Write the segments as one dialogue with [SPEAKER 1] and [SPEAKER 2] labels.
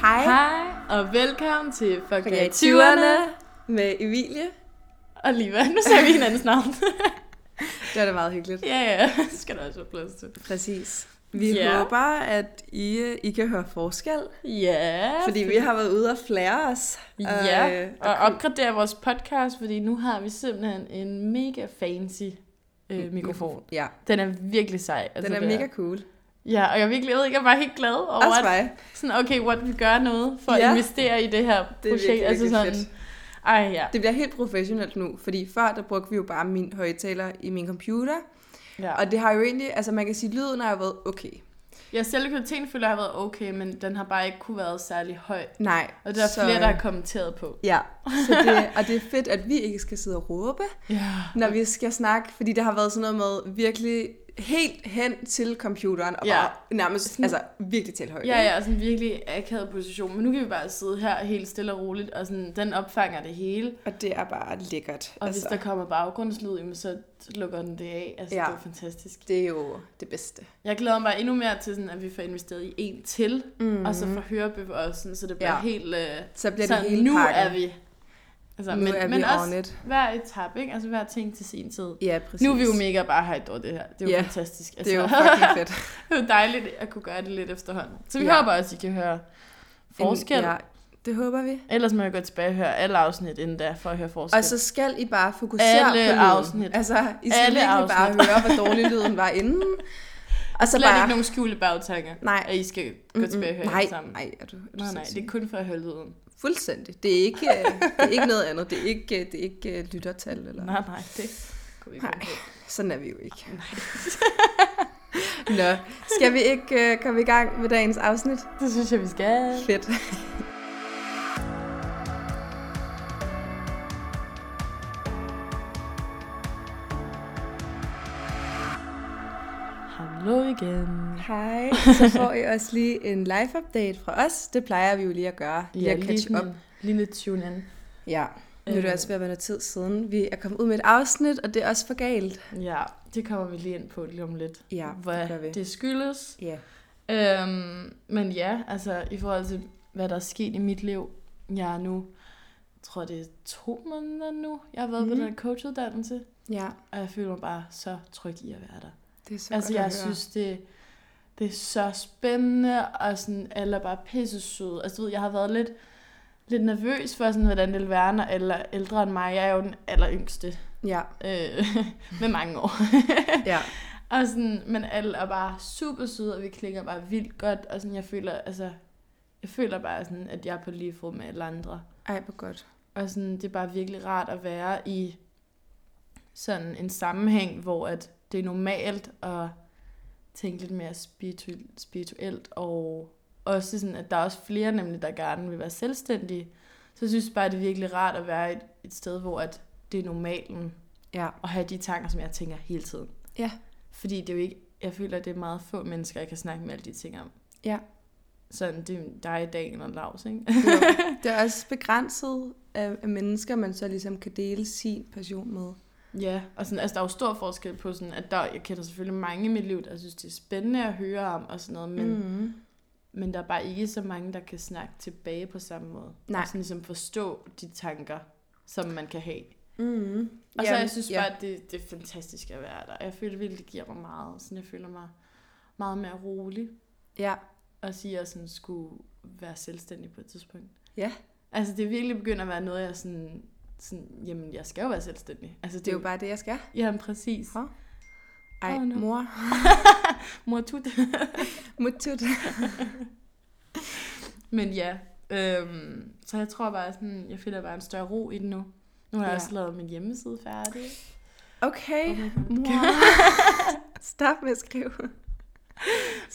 [SPEAKER 1] Hej.
[SPEAKER 2] Hej, og velkommen til
[SPEAKER 1] Okay,
[SPEAKER 2] Forget
[SPEAKER 1] 20'erne
[SPEAKER 2] 20'erne.
[SPEAKER 1] med Emilie.
[SPEAKER 2] Og Liva, nu sagde vi hinandens navn.
[SPEAKER 1] Det var da meget hyggeligt.
[SPEAKER 2] ja, ja, det skal der også være plads til.
[SPEAKER 1] Præcis. Vi
[SPEAKER 2] Ja.
[SPEAKER 1] håber, at I, øh, I kan høre forskel,
[SPEAKER 2] Ja,
[SPEAKER 1] fordi vi har været ude og flære os. og,
[SPEAKER 2] ja,
[SPEAKER 1] øh,
[SPEAKER 2] og opgradere vores podcast, fordi nu har vi simpelthen en mega fancy øh, mikrofon.
[SPEAKER 1] Ja,
[SPEAKER 2] Den er virkelig sej.
[SPEAKER 1] den er
[SPEAKER 2] det
[SPEAKER 1] mega cool.
[SPEAKER 2] Ja, og jeg er virkelig, jeg ved ikke, jeg er bare helt glad over,
[SPEAKER 1] Også
[SPEAKER 2] at,
[SPEAKER 1] mig.
[SPEAKER 2] sådan, okay, what vi gør noget for
[SPEAKER 1] Ja.
[SPEAKER 2] at investere i det her projekt. Altså
[SPEAKER 1] Det er virkelig, virkelig
[SPEAKER 2] sådan,
[SPEAKER 1] fedt.
[SPEAKER 2] Ej, ja.
[SPEAKER 1] Det bliver helt professionelt nu, fordi før der brugte vi jo bare min højtaler i min computer,
[SPEAKER 2] ja.
[SPEAKER 1] og det har jo egentlig, altså man kan sige, lyden har jo været okay.
[SPEAKER 2] Ja, selve kvaliteten føler jeg har været okay, men den har bare ikke kunne været særlig høj.
[SPEAKER 1] Nej. øh,
[SPEAKER 2] Og der er så... flere, der har kommenteret på.
[SPEAKER 1] Ja, så det, og det er fedt, at vi ikke skal sidde og råbe,
[SPEAKER 2] Ja.
[SPEAKER 1] når vi skal snakke, fordi det har været sådan noget med virkelig helt hen til computeren, og
[SPEAKER 2] Ja.
[SPEAKER 1] bare nærmest,
[SPEAKER 2] Sådan-
[SPEAKER 1] altså virkelig til højde.
[SPEAKER 2] Ja, ja, sådan en virkelig akavet position. Men nu kan vi bare sidde her helt stille og roligt, og sådan, den opfanger det hele.
[SPEAKER 1] Og det er bare lækkert.
[SPEAKER 2] Og altså. hvis der kommer baggrundslyd, jamen, så lukker den det af. Altså,
[SPEAKER 1] Ja.
[SPEAKER 2] ja. det er fantastisk.
[SPEAKER 1] Det er jo det bedste.
[SPEAKER 2] Jeg glæder mig endnu mere til, sådan, at vi får investeret i en til,
[SPEAKER 1] Mm.
[SPEAKER 2] mm. og så får hørebøf også, sådan, så det bliver
[SPEAKER 1] Ja.
[SPEAKER 2] ja. helt... Øh,
[SPEAKER 1] Så bliver
[SPEAKER 2] sådan,
[SPEAKER 1] det hele
[SPEAKER 2] nu
[SPEAKER 1] pakken.
[SPEAKER 2] er vi. Altså,
[SPEAKER 1] nu
[SPEAKER 2] men,
[SPEAKER 1] er vi
[SPEAKER 2] men
[SPEAKER 1] on
[SPEAKER 2] også
[SPEAKER 1] it.
[SPEAKER 2] hver etape, ikke? Altså hver ting til sin tid.
[SPEAKER 1] Ja, præcis.
[SPEAKER 2] Nu er vi jo mega bare hyped over det her. Det er jo
[SPEAKER 1] Ja.
[SPEAKER 2] fantastisk. Altså,
[SPEAKER 1] Det er jo fucking fedt.
[SPEAKER 2] det er jo dejligt at kunne gøre det lidt efterhånden. Så vi
[SPEAKER 1] Ja.
[SPEAKER 2] ja. håber også, I kan høre forskel.
[SPEAKER 1] Ja, det håber vi.
[SPEAKER 2] Ellers må jeg gå tilbage og høre alle afsnit inden da, for at høre forskel.
[SPEAKER 1] Og så skal I bare fokusere
[SPEAKER 2] Alle
[SPEAKER 1] på lyden.
[SPEAKER 2] afsnit.
[SPEAKER 1] Altså, I skal
[SPEAKER 2] Alle
[SPEAKER 1] virkelig bare
[SPEAKER 2] afsnit.
[SPEAKER 1] høre, hvor dårlig lyden var inden. Og så
[SPEAKER 2] Slet
[SPEAKER 1] bare...
[SPEAKER 2] ikke nogen skjulte bagtanker,
[SPEAKER 1] Nej.
[SPEAKER 2] at I skal gå
[SPEAKER 1] Mm-mm.
[SPEAKER 2] tilbage og høre
[SPEAKER 1] nej,
[SPEAKER 2] det sammen.
[SPEAKER 1] nej, er du, er du
[SPEAKER 2] nej, nej,
[SPEAKER 1] sindssyg?
[SPEAKER 2] det er kun for at høre lyden.
[SPEAKER 1] Fuldstændig. Det er ikke, øh, det er ikke noget andet. Det er ikke, øh, det er ikke øh, lyttertal. Eller...
[SPEAKER 2] Nej, nej, det kunne vi ikke
[SPEAKER 1] Nej.
[SPEAKER 2] finde på.
[SPEAKER 1] Sådan er vi jo ikke. Nå, skal vi ikke øh, komme i gang med dagens afsnit?
[SPEAKER 2] Det synes jeg, vi skal.
[SPEAKER 1] Fedt.
[SPEAKER 2] Hallo igen.
[SPEAKER 1] Hej. Så får I også lige en live-update fra os. Det plejer vi jo lige at gøre. Lige
[SPEAKER 2] Ja,
[SPEAKER 1] at
[SPEAKER 2] lige
[SPEAKER 1] catch up.
[SPEAKER 2] sådan en lille tune-in.
[SPEAKER 1] Ja. Nu er det
[SPEAKER 2] Øh.
[SPEAKER 1] også ved at være noget tid siden. Vi er kommet ud med et afsnit, og det er også for galt.
[SPEAKER 2] Ja, det kommer vi lige ind på lige om lidt.
[SPEAKER 1] Ja, det
[SPEAKER 2] hvad
[SPEAKER 1] gør vi.
[SPEAKER 2] det skyldes.
[SPEAKER 1] Ja.
[SPEAKER 2] Øhm, men ja, altså i forhold til, hvad der er sket i mit liv, jeg er nu, jeg tror det er to måneder nu, jeg har været mm. på
[SPEAKER 1] Mhm.
[SPEAKER 2] den her coachuddannelse,
[SPEAKER 1] Ja,
[SPEAKER 2] og jeg føler mig bare så tryg i at være der.
[SPEAKER 1] det er så
[SPEAKER 2] altså
[SPEAKER 1] godt at
[SPEAKER 2] jeg
[SPEAKER 1] høre.
[SPEAKER 2] synes, det, det er så spændende, og sådan, alle er bare pisse søde. Altså du ved, jeg har været lidt, lidt nervøs for, sådan, hvordan det ville være, når alle er ældre end mig. Jeg er jo den aller yngste
[SPEAKER 1] Ja,
[SPEAKER 2] øh, med mange år.
[SPEAKER 1] ja.
[SPEAKER 2] Og sådan, men alle er bare super søde, og vi klinger bare vildt godt, og sådan, jeg føler, altså, jeg føler bare sådan, at jeg er på lige fod med alle andre.
[SPEAKER 1] Ej, hvor godt.
[SPEAKER 2] Og sådan, det er bare virkelig rart at være i sådan en sammenhæng, hvor at det er normalt at tænke lidt mere spiritu- spirituelt, og også sådan, at der er også flere nemlig, der gerne vil være selvstændige. Så jeg synes bare, det er virkelig rart at være et, et sted, hvor at det er normalen
[SPEAKER 1] Ja.
[SPEAKER 2] at have de tanker, som jeg tænker hele tiden.
[SPEAKER 1] Ja.
[SPEAKER 2] Fordi det er jo ikke, jeg føler, at det er meget få mennesker, jeg kan snakke med alle de ting om.
[SPEAKER 1] Ja.
[SPEAKER 2] Sådan, det er dig, Daniel og Lars, ikke?
[SPEAKER 1] Jo. Det er også begrænset af af mennesker, man så ligesom kan dele sin passion med.
[SPEAKER 2] Ja, og sådan, altså, der er jo stor forskel på sådan, at der, jeg kender selvfølgelig mange i mit liv, der synes, det er spændende at høre om og sådan noget, men, mm.
[SPEAKER 1] Mm.
[SPEAKER 2] men der er bare ikke så mange, der kan snakke tilbage på samme måde.
[SPEAKER 1] Nej.
[SPEAKER 2] Og sådan ligesom forstå de tanker, som man kan have.
[SPEAKER 1] Mm.
[SPEAKER 2] Og så jeg synes
[SPEAKER 1] ja.
[SPEAKER 2] bare, at det, det er fantastisk at være der. Jeg føler virkelig, det giver mig meget. Sådan, jeg føler mig meget mere rolig.
[SPEAKER 1] Ja,
[SPEAKER 2] at sige, at jeg sådan skulle være selvstændig på et tidspunkt.
[SPEAKER 1] Ja.
[SPEAKER 2] Altså, det er virkelig begyndt at være noget, jeg sådan, sådan jamen, jeg skal jo være selvstændig. Altså,
[SPEAKER 1] det er jo bare det, jeg skal.
[SPEAKER 2] Jamen, præcis.
[SPEAKER 1] Hov. Ej,
[SPEAKER 2] Åh,
[SPEAKER 1] oh,
[SPEAKER 2] nå.
[SPEAKER 1] no. mor.
[SPEAKER 2] Mor tut.
[SPEAKER 1] Mutut.
[SPEAKER 2] Men ja, øhm, så jeg tror bare sådan, jeg finder bare en større ro i det nu. Nu har jeg
[SPEAKER 1] Ja.
[SPEAKER 2] også lavet min hjemmeside færdig.
[SPEAKER 1] Okay,
[SPEAKER 2] Oh my God.
[SPEAKER 1] mor. Stop med at skrive.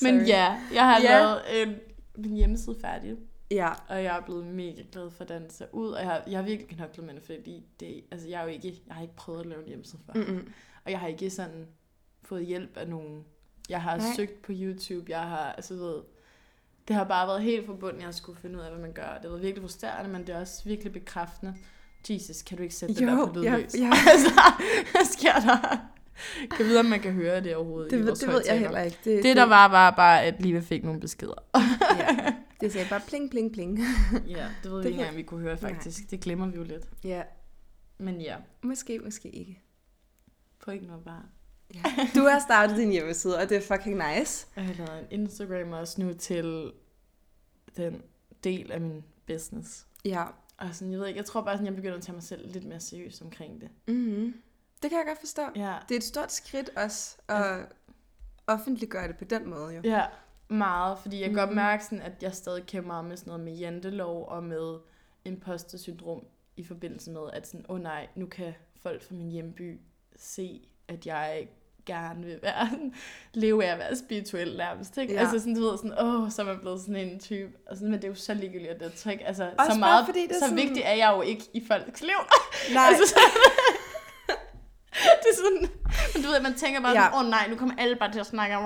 [SPEAKER 2] Men
[SPEAKER 1] Sorry.
[SPEAKER 2] ja, jeg har
[SPEAKER 1] Ja.
[SPEAKER 2] lavet øh, min hjemmeside færdig.
[SPEAKER 1] Ja,
[SPEAKER 2] Og jeg er blevet mega glad for, hvordan det ser ud. Og jeg har, jeg har virkelig knoklet med det, fordi det, altså, jeg, er jo ikke, jeg har ikke prøvet at lave en hjemmeside før.
[SPEAKER 1] Mm-mm.
[SPEAKER 2] Og jeg har ikke sådan fået hjælp af nogen. Jeg har
[SPEAKER 1] Nej.
[SPEAKER 2] Nej. søgt på YouTube, jeg har, altså du ved, det har bare været helt forbundet, jeg skulle finde ud af, hvad man gør. Det har været virkelig frustrerende, men det er også virkelig bekræftende. Jesus, kan du ikke sætte
[SPEAKER 1] Jo,
[SPEAKER 2] det der på
[SPEAKER 1] ja,
[SPEAKER 2] lydløs?
[SPEAKER 1] ja.
[SPEAKER 2] altså, hvad sker der? Kan vide, om man kan høre det overhovedet
[SPEAKER 1] det,
[SPEAKER 2] i
[SPEAKER 1] ved,
[SPEAKER 2] vores
[SPEAKER 1] det ved jeg
[SPEAKER 2] højttaler.
[SPEAKER 1] heller ikke.
[SPEAKER 2] Det der var, var bare, at Liva fik nogle beskeder.
[SPEAKER 1] ja, det Det sagde bare pling, pling, pling.
[SPEAKER 2] Ja, det ved vi
[SPEAKER 1] Det
[SPEAKER 2] ikke
[SPEAKER 1] ved-
[SPEAKER 2] engang, vi kunne høre faktisk. Det glemmer vi jo lidt.
[SPEAKER 1] Ja,
[SPEAKER 2] Men ja,
[SPEAKER 1] måske, måske ikke.
[SPEAKER 2] pointen var bare,
[SPEAKER 1] Ja. Du har startet din hjemmeside, og det er fucking nice.
[SPEAKER 2] at jeg lavede en Instagram også nu til den del af min business.
[SPEAKER 1] Ja.
[SPEAKER 2] Og sådan, jeg ved ikke, jeg tror bare, sådan, jeg begynder at tage mig selv lidt mere seriøst omkring det.
[SPEAKER 1] Mm-hmm. Det kan jeg godt forstå.
[SPEAKER 2] Ja,
[SPEAKER 1] Det er et stort skridt også at offentliggøre det på den måde jo.
[SPEAKER 2] ja meget, fordi jeg kan godt
[SPEAKER 1] Mhm.
[SPEAKER 2] mærke, sådan, at jeg stadig kæmper med sådan noget med jantelov og med impostersyndrom i forbindelse med, at sådan, åh oh nej, nu kan folk fra min hjemby se, at jeg gerne vil være, leve af at være spirituel nærmest, ikke?
[SPEAKER 1] Ja.
[SPEAKER 2] Ja. Altså sådan, du ved, sådan, åh, så er man blevet sådan en type, og sådan, men det er jo så ligegyldigt, at det er trick. Altså,
[SPEAKER 1] Også
[SPEAKER 2] så
[SPEAKER 1] bare
[SPEAKER 2] meget,
[SPEAKER 1] fordi det er
[SPEAKER 2] så
[SPEAKER 1] sådan-
[SPEAKER 2] vigtig er jeg jo ikke i folks liv.
[SPEAKER 1] Nej,
[SPEAKER 2] Altså, så... det er sådan... Men du ved, man tænker bare,
[SPEAKER 1] Ja.
[SPEAKER 2] åh ja. oh, nej, nu kommer alle bare til at snakke om...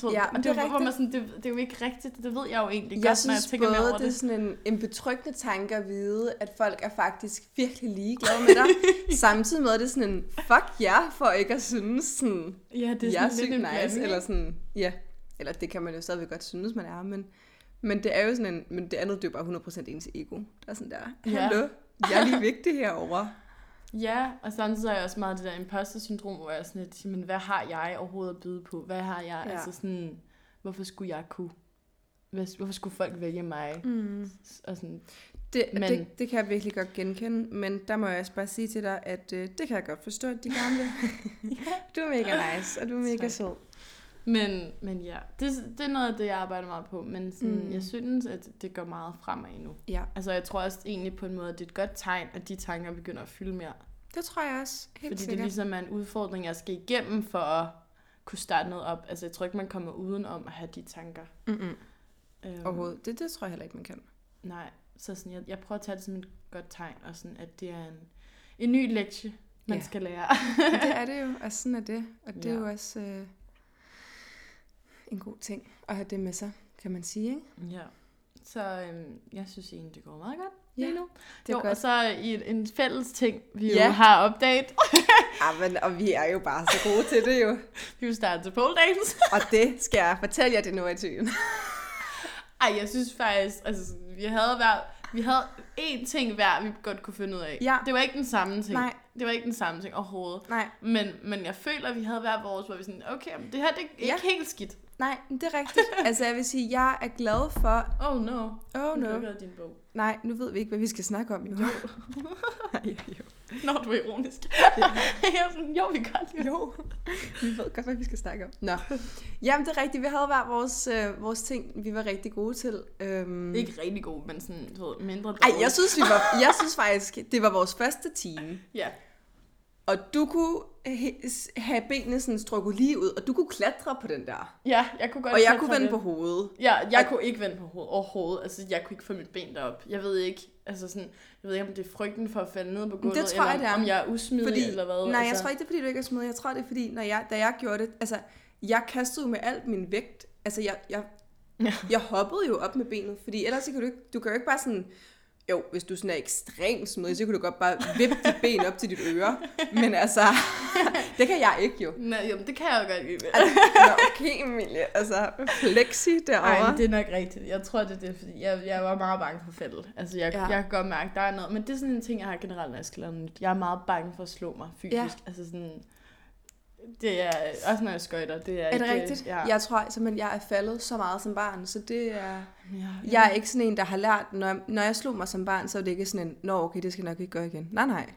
[SPEAKER 2] Du ved,
[SPEAKER 1] Ja,
[SPEAKER 2] ja,
[SPEAKER 1] men
[SPEAKER 2] det,
[SPEAKER 1] det er
[SPEAKER 2] det, hvor man
[SPEAKER 1] rigtigt.
[SPEAKER 2] sådan, det, det er jo ikke rigtigt, det ved jeg jo
[SPEAKER 1] jeg
[SPEAKER 2] egentlig godt, når
[SPEAKER 1] synes
[SPEAKER 2] jeg tænker mere
[SPEAKER 1] både,
[SPEAKER 2] over
[SPEAKER 1] det er
[SPEAKER 2] det.
[SPEAKER 1] sådan en, en betryggende tanke at vide, at folk er faktisk virkelig ligeglade med dig. Samtidig med, at det er sådan en, fuck jer, yeah, for ikke at synes sådan,
[SPEAKER 2] Ja, det er
[SPEAKER 1] jeg er
[SPEAKER 2] sådan
[SPEAKER 1] sygt
[SPEAKER 2] lidt en
[SPEAKER 1] nice,
[SPEAKER 2] blanding,
[SPEAKER 1] eller
[SPEAKER 2] ikke?
[SPEAKER 1] sådan, ja. Eller det kan man jo stadigvæk godt synes, man er, men, men det er jo sådan en, men det andet, det er jo bare 100% ens ego. Der er sådan der,
[SPEAKER 2] Ja.
[SPEAKER 1] hallo, jeg er lige vigtig herovre.
[SPEAKER 2] Ja, og samtidig er jeg også meget det der imposter-syndrom, hvor jeg er sådan lidt, men hvad har jeg overhovedet at byde på? Hvad har jeg,
[SPEAKER 1] Ja.
[SPEAKER 2] ja. altså sådan, hvorfor skulle jeg kunne? Hvis- Hvorfor skulle folk vælge mig?
[SPEAKER 1] Mm.
[SPEAKER 2] Og sådan,
[SPEAKER 1] Det, men...
[SPEAKER 2] Men-
[SPEAKER 1] det, det kan jeg virkelig godt genkende, men der må jeg også bare sige til dig, at øh, det kan jeg godt forstå, at de gerne vil. Du er mega nice, og du er mega
[SPEAKER 2] Tak.
[SPEAKER 1] sød.
[SPEAKER 2] Men, men ja, det, det er noget af det, jeg arbejder meget på, men sådan,
[SPEAKER 1] Mm.
[SPEAKER 2] mm. jeg synes, at det går meget fremad endnu.
[SPEAKER 1] Ja,
[SPEAKER 2] Altså, jeg tror også egentlig på en måde, at det er et godt tegn, at de tanker begynder at fylde mere. Helt
[SPEAKER 1] det tror jeg også, helt
[SPEAKER 2] fordi det
[SPEAKER 1] sikkert.
[SPEAKER 2] ligesom er en udfordring, jeg skal igennem for at kunne starte noget op. Altså, jeg tror ikke, man kommer uden om at have de tanker.
[SPEAKER 1] Mm-mm.
[SPEAKER 2] Øhm,
[SPEAKER 1] Overhovedet. Det, det tror jeg heller ikke, man kan.
[SPEAKER 2] Nej, så sådan, jeg, jeg prøver at tage det som et godt tegn, og sådan, at det er en, en ny lektie, man
[SPEAKER 1] Ja.
[SPEAKER 2] skal lære.
[SPEAKER 1] Men det er det jo, og sådan er det. Og det er
[SPEAKER 2] Ja.
[SPEAKER 1] jo også øh, en god ting at have det med sig, kan man sige, ikke?
[SPEAKER 2] ja. Så øhm, jeg synes egentlig, det går meget godt
[SPEAKER 1] Ja,
[SPEAKER 2] lige nu.
[SPEAKER 1] det er
[SPEAKER 2] jo, og
[SPEAKER 1] godt.
[SPEAKER 2] så i en, en fælles ting, vi
[SPEAKER 1] Ja.
[SPEAKER 2] jo har opdaget.
[SPEAKER 1] Ja, Ah, men, og vi er jo bare så gode til det jo.
[SPEAKER 2] Vi vil starte til pole dance.
[SPEAKER 1] Og det skal jeg fortælle jer, det nu er i tyen.
[SPEAKER 2] Ej, jeg synes faktisk, altså, sådan, vi havde hver, vi havde én ting hver, vi godt kunne finde ud af.
[SPEAKER 1] Ja.
[SPEAKER 2] Det var ikke den samme ting.
[SPEAKER 1] Nej.
[SPEAKER 2] Det var ikke den samme ting overhovedet.
[SPEAKER 1] Nej,
[SPEAKER 2] Men, men jeg føler, at vi havde hver vores, hvor vi sådan, okay, men det her det er ikke
[SPEAKER 1] Ja.
[SPEAKER 2] helt skidt.
[SPEAKER 1] nej, men det er rigtigt. Altså, jeg vil sige, jeg er glad for...
[SPEAKER 2] Oh no.
[SPEAKER 1] Oh
[SPEAKER 2] Nu
[SPEAKER 1] no.
[SPEAKER 2] lukkede jeg din bog.
[SPEAKER 1] Nej, nu ved vi ikke, hvad vi skal snakke om, jo. Jo. Nej, jo.
[SPEAKER 2] Nå, du er ironisk. jeg er sådan, jo, vi gør det.
[SPEAKER 1] jo. Vi ved godt, hvad vi skal snakke om. Nå. Jamen, det er rigtigt. Vi havde hver vores, øh, vores ting, vi var rigtig gode til. Øhm...
[SPEAKER 2] Ikke rigtig god, men sådan, du ved, mindre
[SPEAKER 1] Ej,
[SPEAKER 2] dårlig.
[SPEAKER 1] jeg synes, vi var, jeg synes faktisk, det var vores første time.
[SPEAKER 2] Ja.
[SPEAKER 1] Og du kunne he- s- have benene sådan strukket lige ud, og du kunne klatre på den der.
[SPEAKER 2] ja, jeg kunne godt
[SPEAKER 1] Og jeg
[SPEAKER 2] sætte
[SPEAKER 1] kunne
[SPEAKER 2] mig
[SPEAKER 1] vende på
[SPEAKER 2] lidt.
[SPEAKER 1] hovedet.
[SPEAKER 2] Ja, jeg
[SPEAKER 1] Og-
[SPEAKER 2] kunne ikke vende på hovedet overhovedet. Altså, jeg kunne ikke få mit ben derop. Jeg ved ikke, altså sådan, jeg ved ikke, om det er frygten for at falde ned på gulvet,
[SPEAKER 1] tror
[SPEAKER 2] eller
[SPEAKER 1] jeg, det er.
[SPEAKER 2] om jeg er usmidig,
[SPEAKER 1] Fordi,
[SPEAKER 2] eller hvad.
[SPEAKER 1] nej,
[SPEAKER 2] altså.
[SPEAKER 1] jeg tror ikke, det er, fordi du ikke er smidig. Jeg tror, det er, fordi når jeg, da jeg gjorde det... Altså, jeg kastede jo med alt min vægt. Altså, jeg, jeg,
[SPEAKER 2] Ja.
[SPEAKER 1] jeg hoppede jo op med benet, fordi ellers så kan du ikke... Du kan jo ikke bare sådan... Jo, hvis du sådan er ekstremt smidig, så kan du godt bare vippe dit ben op til dit øre. Men altså, det kan jeg ikke Altså, jo.
[SPEAKER 2] Nej, jamen, det kan jeg jo godt lide.
[SPEAKER 1] Nå, okay, Emilie. Altså, flexi
[SPEAKER 2] Nej,
[SPEAKER 1] derovre.
[SPEAKER 2] men det er nok rigtigt. Jeg tror, det er det, fordi jeg, jeg var meget bange for fældet. Altså, jeg,
[SPEAKER 1] Ja.
[SPEAKER 2] ja. jeg kan godt mærke, der er noget. Men det er sådan en ting, jeg har generelt, når jeg skal lave noget nyt. Jeg er meget bange for at slå mig fysisk.
[SPEAKER 1] Ja.
[SPEAKER 2] Ja. Altså sådan... Det er... Også når jeg skøjter, det er...
[SPEAKER 1] Er det
[SPEAKER 2] ikke-
[SPEAKER 1] rigtigt?
[SPEAKER 2] Ja.
[SPEAKER 1] Jeg tror simpelthen, jeg er faldet så meget som barn, så det er...
[SPEAKER 2] ja.
[SPEAKER 1] Jeg er ikke sådan en, der har lært, når jeg, når jeg slog mig som barn, så var det ikke sådan en, nå okay, det skal jeg nok ikke gøre igen. Nej, nej.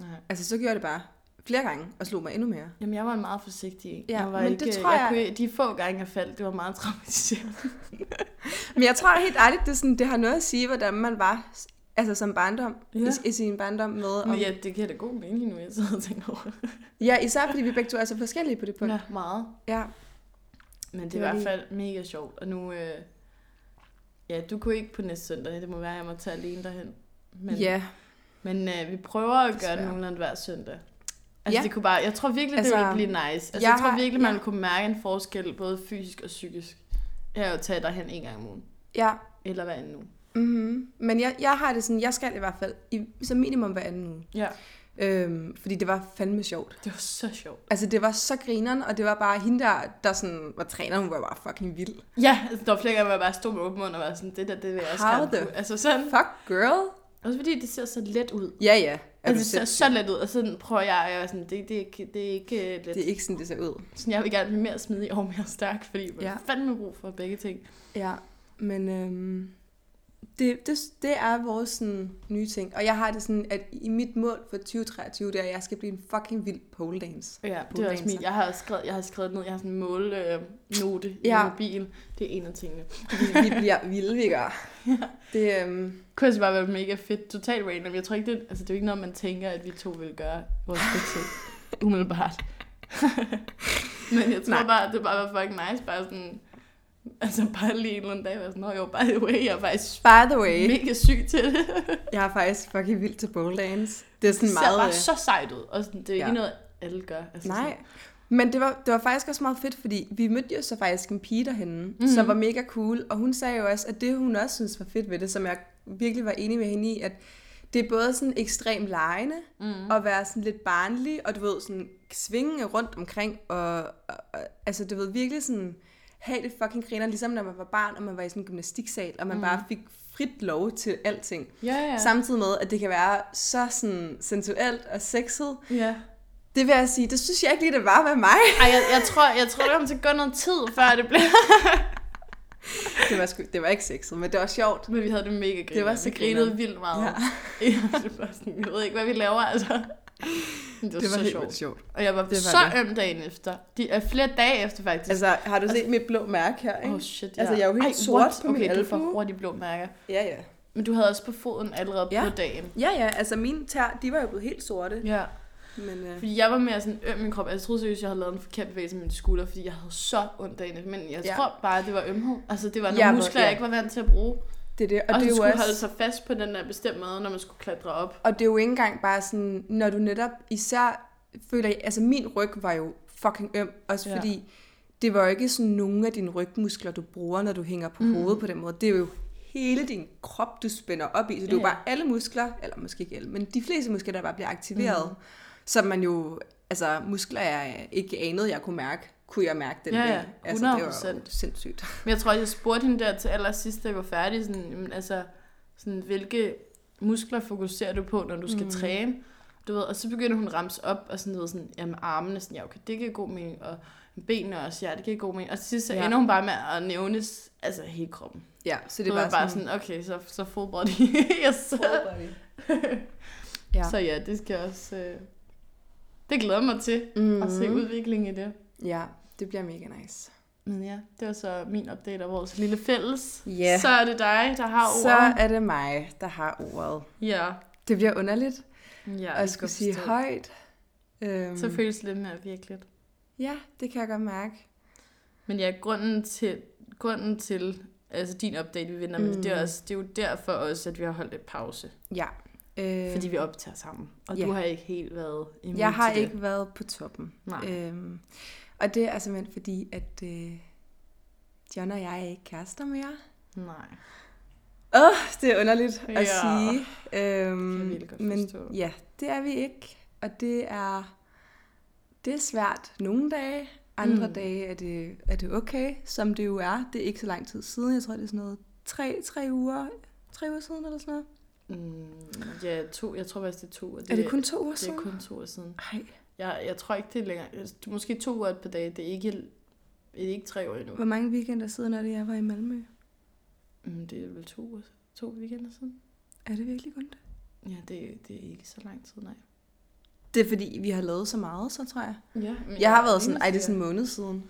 [SPEAKER 2] Nej.
[SPEAKER 1] Altså, så gjorde jeg det bare flere gange, og slog mig endnu mere.
[SPEAKER 2] Jamen, jeg var en meget forsigtig. en.
[SPEAKER 1] Ja,
[SPEAKER 2] jeg var
[SPEAKER 1] men
[SPEAKER 2] ikke,
[SPEAKER 1] det tror jeg-
[SPEAKER 2] Kunne, de få gange, jeg faldt, det var meget traumatiserende.
[SPEAKER 1] Men jeg tror helt ærligt, det, er sådan, det har noget at sige, hvordan man var altså som barndom, ja.
[SPEAKER 2] Ja.
[SPEAKER 1] i, i, sin barndom med. Om,
[SPEAKER 2] Men
[SPEAKER 1] ja.
[SPEAKER 2] ja, det giver da god mening nu, jeg sidder og tænker over det.
[SPEAKER 1] ja, især fordi vi begge to er så forskellige på det punkt. Ja.
[SPEAKER 2] Ja, meget.
[SPEAKER 1] ja.
[SPEAKER 2] Men det
[SPEAKER 1] Det
[SPEAKER 2] er i
[SPEAKER 1] var
[SPEAKER 2] hvert
[SPEAKER 1] lige-
[SPEAKER 2] fald mega sjovt. Og nu, øh, ja, du kunne ikke på næste søndag. Det må være, at jeg må tage alene derhen. Men,
[SPEAKER 1] Men, ja.
[SPEAKER 2] men øh, vi prøver at gøre det
[SPEAKER 1] Desværre.
[SPEAKER 2] nogenlunde hver søndag. Altså,
[SPEAKER 1] Ja.
[SPEAKER 2] ja. det kunne bare, jeg tror virkelig, altså, det
[SPEAKER 1] Altså,
[SPEAKER 2] ville blive nice. Altså, jeg,
[SPEAKER 1] jeg
[SPEAKER 2] jeg tror
[SPEAKER 1] har-
[SPEAKER 2] virkelig, man
[SPEAKER 1] ja.
[SPEAKER 2] ja. kunne mærke en forskel, både fysisk og psykisk. Jeg har jo taget derhen en gang om ugen.
[SPEAKER 1] ja.
[SPEAKER 2] Eller hver anden uge.
[SPEAKER 1] Mm-hmm. Men jeg, jeg har det sådan, jeg skal i hvert fald i, som minimum hver anden uge.
[SPEAKER 2] Ja.
[SPEAKER 1] Øhm, fordi det var fandme sjovt.
[SPEAKER 2] Det var så sjovt.
[SPEAKER 1] Altså, det var så grineren, og det var bare hende der, der sådan, var træner, hun var bare fucking vild.
[SPEAKER 2] Ja, altså, der var flere gange, hvor jeg bare stod med åben mund og var sådan, det der, det vil jeg også
[SPEAKER 1] How
[SPEAKER 2] gerne
[SPEAKER 1] the-
[SPEAKER 2] kunne. Altså sådan.
[SPEAKER 1] Fuck, girl.
[SPEAKER 2] Også fordi det ser så let ud.
[SPEAKER 1] Ja, ja. Er
[SPEAKER 2] altså, det
[SPEAKER 1] du
[SPEAKER 2] ser
[SPEAKER 1] selv?
[SPEAKER 2] så let ud, og sådan prøver jeg, og jeg er sådan, det, det, er ikke- det er ikke øh, let.
[SPEAKER 1] Det er ikke sådan, det ser ud.
[SPEAKER 2] Sådan, jeg vil gerne blive mere smidig og mere stærk, fordi jeg
[SPEAKER 1] Ja.
[SPEAKER 2] ja. fandme brug for begge ting.
[SPEAKER 1] Ja, men øhm, det, det, det er vores sådan, nye ting. Og jeg har det sådan, at i mit mål for 2023, det er, at jeg skal blive en fucking vild pole dance.
[SPEAKER 2] Ja, det er også
[SPEAKER 1] Poledancer.
[SPEAKER 2] min. Jeg har skrevet, jeg har skrevet ned, jeg har sådan en målnote øh, note
[SPEAKER 1] Ja.
[SPEAKER 2] i mobilen. Det er en af tingene.
[SPEAKER 1] Vi, vi bliver vilde, vi gør. Det, øhm,
[SPEAKER 2] Det kunne altså bare være mega fedt. Totalt random. Jeg tror ikke, det, altså, det er jo ikke noget, man tænker, at vi to vil gøre vores fritid. Umiddelbart. Men jeg tror
[SPEAKER 1] Nej.
[SPEAKER 2] Nej. bare, det bare var fucking nice. Bare sådan, altså bare lige en eller anden dag, var sådan, nå jo, by the way, jeg er faktisk
[SPEAKER 1] by the way,
[SPEAKER 2] mega syg til det.
[SPEAKER 1] jeg er faktisk fucking vild til pole dance. Det er
[SPEAKER 2] Det
[SPEAKER 1] sådan
[SPEAKER 2] ser
[SPEAKER 1] meget...
[SPEAKER 2] bare
[SPEAKER 1] øh,
[SPEAKER 2] så sejt ud. Og sådan, det er
[SPEAKER 1] Ja.
[SPEAKER 2] ikke noget, alle gør. Altså,
[SPEAKER 1] Nej. Men det var, det var faktisk også meget fedt, fordi vi mødte jo så faktisk en pige derhenne, mm.
[SPEAKER 2] Mhm.
[SPEAKER 1] som var mega cool, og hun sagde jo også, at det hun også synes var fedt ved det, som jeg virkelig var enig med hende i, at det er både sådan ekstremt lejende,
[SPEAKER 2] Sådan, mm.
[SPEAKER 1] at være sådan lidt barnlig, og du ved, sådan svinge rundt omkring, og, og, og altså du ved virkelig sådan, have det fucking griner, ligesom når man var barn, og man var i sådan en gymnastiksal, og man mm.
[SPEAKER 2] Mhm.
[SPEAKER 1] bare fik frit lov til alting.
[SPEAKER 2] Ja, ja.
[SPEAKER 1] Ja. Samtidig med, at det kan være så sådan sensuelt og sexet.
[SPEAKER 2] ja.
[SPEAKER 1] Det vil jeg sige, det synes jeg ikke lige, det var med mig.
[SPEAKER 2] Ej, jeg, jeg, tror, jeg tror, det kommer til at gå noget tid, før det blev...
[SPEAKER 1] Det var, sgu, det var ikke sexet, men det var sjovt.
[SPEAKER 2] Men vi havde det mega griner.
[SPEAKER 1] Det var så
[SPEAKER 2] vi grinede
[SPEAKER 1] grineren.
[SPEAKER 2] vildt meget.
[SPEAKER 1] Ja,
[SPEAKER 2] Ja, det var sådan, jeg ved ikke, hvad vi laver, altså. Men Det var,
[SPEAKER 1] det var
[SPEAKER 2] så
[SPEAKER 1] helt
[SPEAKER 2] sjovt.
[SPEAKER 1] vildt sjovt.
[SPEAKER 2] Og jeg var,
[SPEAKER 1] var
[SPEAKER 2] var så
[SPEAKER 1] det.
[SPEAKER 2] øm dagen efter. De er flere dage efter, faktisk.
[SPEAKER 1] Altså, har du set mit blå mærke her, ikke?
[SPEAKER 2] oh shit,
[SPEAKER 1] altså, jeg er jo helt sort
[SPEAKER 2] what?
[SPEAKER 1] på min
[SPEAKER 2] Okay, du
[SPEAKER 1] albue.
[SPEAKER 2] får hurtigt blå mærker.
[SPEAKER 1] Ja, ja.
[SPEAKER 2] Men du havde også på foden allerede
[SPEAKER 1] Ja.
[SPEAKER 2] ja. på dagen.
[SPEAKER 1] Ja, ja, altså mine tær, de var jo blevet helt sorte.
[SPEAKER 2] Ja.
[SPEAKER 1] Men, øh,
[SPEAKER 2] Fordi jeg var mere sådan øm i min krop. Altså, Jeg troede seriøst, jeg havde lavet en forkert bevægelse med min skulder, fordi jeg havde så ondt dagen efter. Men jeg
[SPEAKER 1] Ja.
[SPEAKER 2] ja. tror bare, det var ømhed. Altså, det var nogle
[SPEAKER 1] Ja,
[SPEAKER 2] ja,
[SPEAKER 1] hvor-
[SPEAKER 2] muskler, jeg
[SPEAKER 1] ja.
[SPEAKER 2] ikke var vant til at bruge.
[SPEAKER 1] det er det.
[SPEAKER 2] Og, og
[SPEAKER 1] det
[SPEAKER 2] det
[SPEAKER 1] er jo
[SPEAKER 2] skulle
[SPEAKER 1] også...
[SPEAKER 2] holde sig fast på den der bestemte måde, når man skulle klatre op.
[SPEAKER 1] Og det er jo ikke engang bare sådan, når du netop især føler, altså min ryg var jo fucking øm, også
[SPEAKER 2] Ja.
[SPEAKER 1] fordi det var jo ikke sådan nogle af dine rygmuskler, du bruger, når du hænger på mm.
[SPEAKER 2] Mm.
[SPEAKER 1] hovedet på den måde. Det er jo hele din krop, du spænder op i, så det er jo
[SPEAKER 2] Ja,
[SPEAKER 1] bare alle muskler, eller måske ikke alle, men de fleste muskler, der bare bliver aktiveret, mm. som man jo, altså muskler, jeg ikke anede, jeg kunne mærke, kunne jeg mærke den
[SPEAKER 2] Ja,
[SPEAKER 1] dag.
[SPEAKER 2] ja,
[SPEAKER 1] Altså, det var jo
[SPEAKER 2] 100%.
[SPEAKER 1] sindssygt.
[SPEAKER 2] Men jeg tror, jeg spurgte hende der til allersidst, da jeg var færdig, sådan, jamen, altså, sådan, hvilke muskler fokuserer du på, når du skal
[SPEAKER 1] Mm.
[SPEAKER 2] mm. træne? Du ved, og så begyndte hun at ramse op, og sådan noget, sådan, jamen armene, sådan, ja, okay, det giver god mening, og benene også, ja, det giver god mening. Og til sidst så
[SPEAKER 1] Ja.
[SPEAKER 2] ja. ender hun bare med at nævne, s- altså, hele kroppen.
[SPEAKER 1] Ja, så
[SPEAKER 2] Det
[SPEAKER 1] det
[SPEAKER 2] var
[SPEAKER 1] var
[SPEAKER 2] bare sådan, sådan, okay, så, så full body. yes. så,
[SPEAKER 1] Ja.
[SPEAKER 2] ja. så ja, det skal jeg også, øh, det glæder jeg mig til,
[SPEAKER 1] mm-hmm.
[SPEAKER 2] at se udviklingen i det.
[SPEAKER 1] Ja, det bliver mega nice.
[SPEAKER 2] Men ja, det var så min update af vores lille fælles.
[SPEAKER 1] Ja.
[SPEAKER 2] Så er det dig, der har ordet.
[SPEAKER 1] Så er det mig, der har ordet.
[SPEAKER 2] Ja.
[SPEAKER 1] Det bliver underligt
[SPEAKER 2] ja
[SPEAKER 1] at jeg skulle sige højt. Øhm,
[SPEAKER 2] Så føles det lidt mere virkeligt.
[SPEAKER 1] Ja, det kan jeg godt mærke.
[SPEAKER 2] Men ja, grunden til, grunden til altså din update, vi vender med,
[SPEAKER 1] Mm.
[SPEAKER 2] mm. det, er også, det er jo derfor også, at vi har holdt et pause.
[SPEAKER 1] Ja. Øh,
[SPEAKER 2] Fordi vi optager sammen. Og
[SPEAKER 1] ja.
[SPEAKER 2] du har ikke helt været immun
[SPEAKER 1] jeg har
[SPEAKER 2] til
[SPEAKER 1] ikke
[SPEAKER 2] Det.
[SPEAKER 1] været på toppen.
[SPEAKER 2] Nej.
[SPEAKER 1] Øhm, og det er simpelthen fordi, at øh, John og jeg er ikke kærester mere.
[SPEAKER 2] Nej.
[SPEAKER 1] Åh, oh, det er underligt at
[SPEAKER 2] Ja.
[SPEAKER 1] sige. Øhm,
[SPEAKER 2] Det kan jeg virkelig godt
[SPEAKER 1] men
[SPEAKER 2] forstå.
[SPEAKER 1] ja, det er vi ikke. Og det er, det er svært nogle dage. Andre mm.
[SPEAKER 2] Mm.
[SPEAKER 1] dage er det, er det okay, som det jo er. Det er ikke så lang tid siden. Jeg tror, det er sådan noget tre, tre uger tre uger siden eller sådan noget.
[SPEAKER 2] Mm, ja, to, jeg tror faktisk, det er to. Og
[SPEAKER 1] Det, er det kun to uger
[SPEAKER 2] det
[SPEAKER 1] siden?
[SPEAKER 2] er kun to år siden.
[SPEAKER 1] Ej,
[SPEAKER 2] Jeg, jeg tror ikke, det er længere. Altså, det er Måske to uger på dage. Det er ikke, det er ikke tre år endnu.
[SPEAKER 1] hvor mange weekender siden er det, jeg var i Malmø?
[SPEAKER 2] Mm, det er vel to, uger, to weekender siden.
[SPEAKER 1] Er det virkelig kun det?
[SPEAKER 2] Ja, det, det er ikke så lang tid, nej.
[SPEAKER 1] Det er fordi, vi har lavet så meget, så tror jeg.
[SPEAKER 2] Ja,
[SPEAKER 1] Men jeg har været sådan, ej, det er sådan en måned siden.